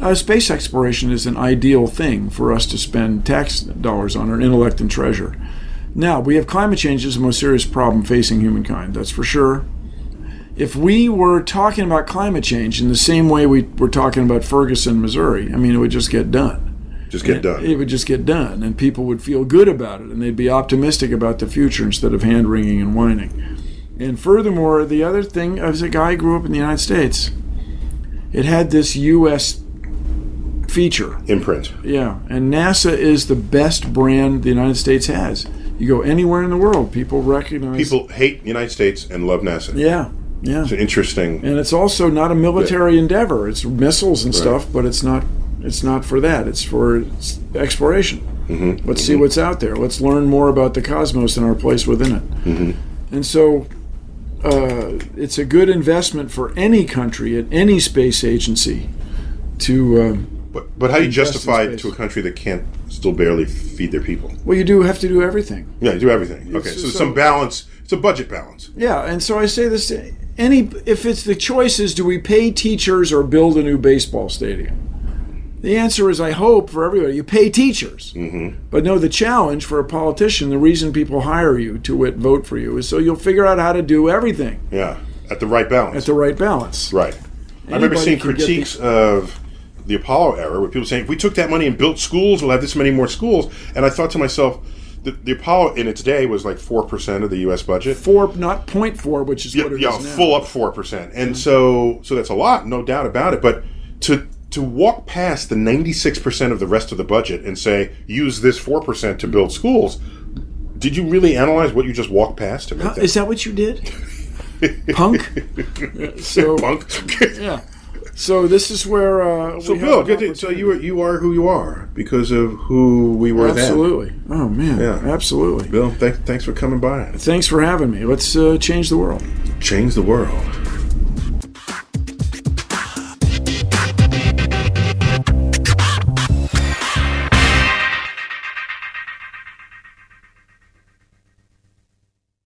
S3: uh, space exploration is an ideal thing for us to spend tax dollars on, our intellect and treasure. Now we have climate change is the most serious problem facing humankind. That's for sure if we were talking about climate change in the same way we were talking about Ferguson, Missouri, I mean, it would just get done.
S1: Just get done.
S3: It would just get done, and people would feel good about it, and they'd be optimistic about the future instead of hand wringing and whining. And furthermore, the other thing, as a guy who grew up in the United States, it had this U.S. feature.
S1: Imprint.
S3: Yeah, and NASA is the best brand the United States has. You go anywhere in the world, people recognize.
S1: People hate the United States and love NASA.
S3: Yeah, yeah.
S1: It's an interesting.
S3: and it's also not a military endeavor. It's missiles and stuff, but it's not it's not for that. It's for s- exploration. Mm-hmm. Let's see what's out there. Let's learn more about the cosmos and our place within it. And so, uh, it's a good investment for any country at any space agency to. Um,
S1: But, but how do you
S3: Invest in
S1: justify it
S3: space.
S1: to a country that can't still barely feed their people?
S3: well, you do have to do everything.
S1: Yeah, you do everything. Okay, so,
S3: so-
S1: there's some balance. It's a budget balance.
S3: Yeah, and so I say this: to any if it's the choice is do we pay teachers or build a new baseball stadium? The answer is, I hope for everybody, you pay teachers. Mm-hmm. But no, the challenge for a politician, the reason people hire you to wit, vote for you, is so you'll figure out how to do everything
S1: Yeah, at the right balance.
S3: at the right balance.
S1: right. I remember
S3: Anybody
S1: seeing
S3: can get
S1: critiques of the Apollo era where people saying, if we took that money and built schools, we'll have this many more schools. And I thought to myself, the, the Apollo in its day was like 4% of the U.S. budget.
S3: Four, not point four, which is what it is
S1: yeah,
S3: now.
S1: full up four percent, and so so that's a lot, no doubt about it. But to to walk past the ninety six percent of the rest of the budget and say use this four percent to build schools, did you really analyze what you just walked past to make
S3: Huh,
S1: that
S3: Is that what you did, punk? Yeah, so
S1: bunk?
S3: yeah, so this is where. Uh,
S1: so
S3: we
S1: Bill,
S3: have an
S1: good to- so you are you are who you are because of who we were then.
S3: Absolutely. Oh man.
S1: Yeah.
S3: Absolutely.
S1: Bill, thank, thanks for coming by.
S3: Thanks for having me. Let's uh, change the world.
S1: Change the world.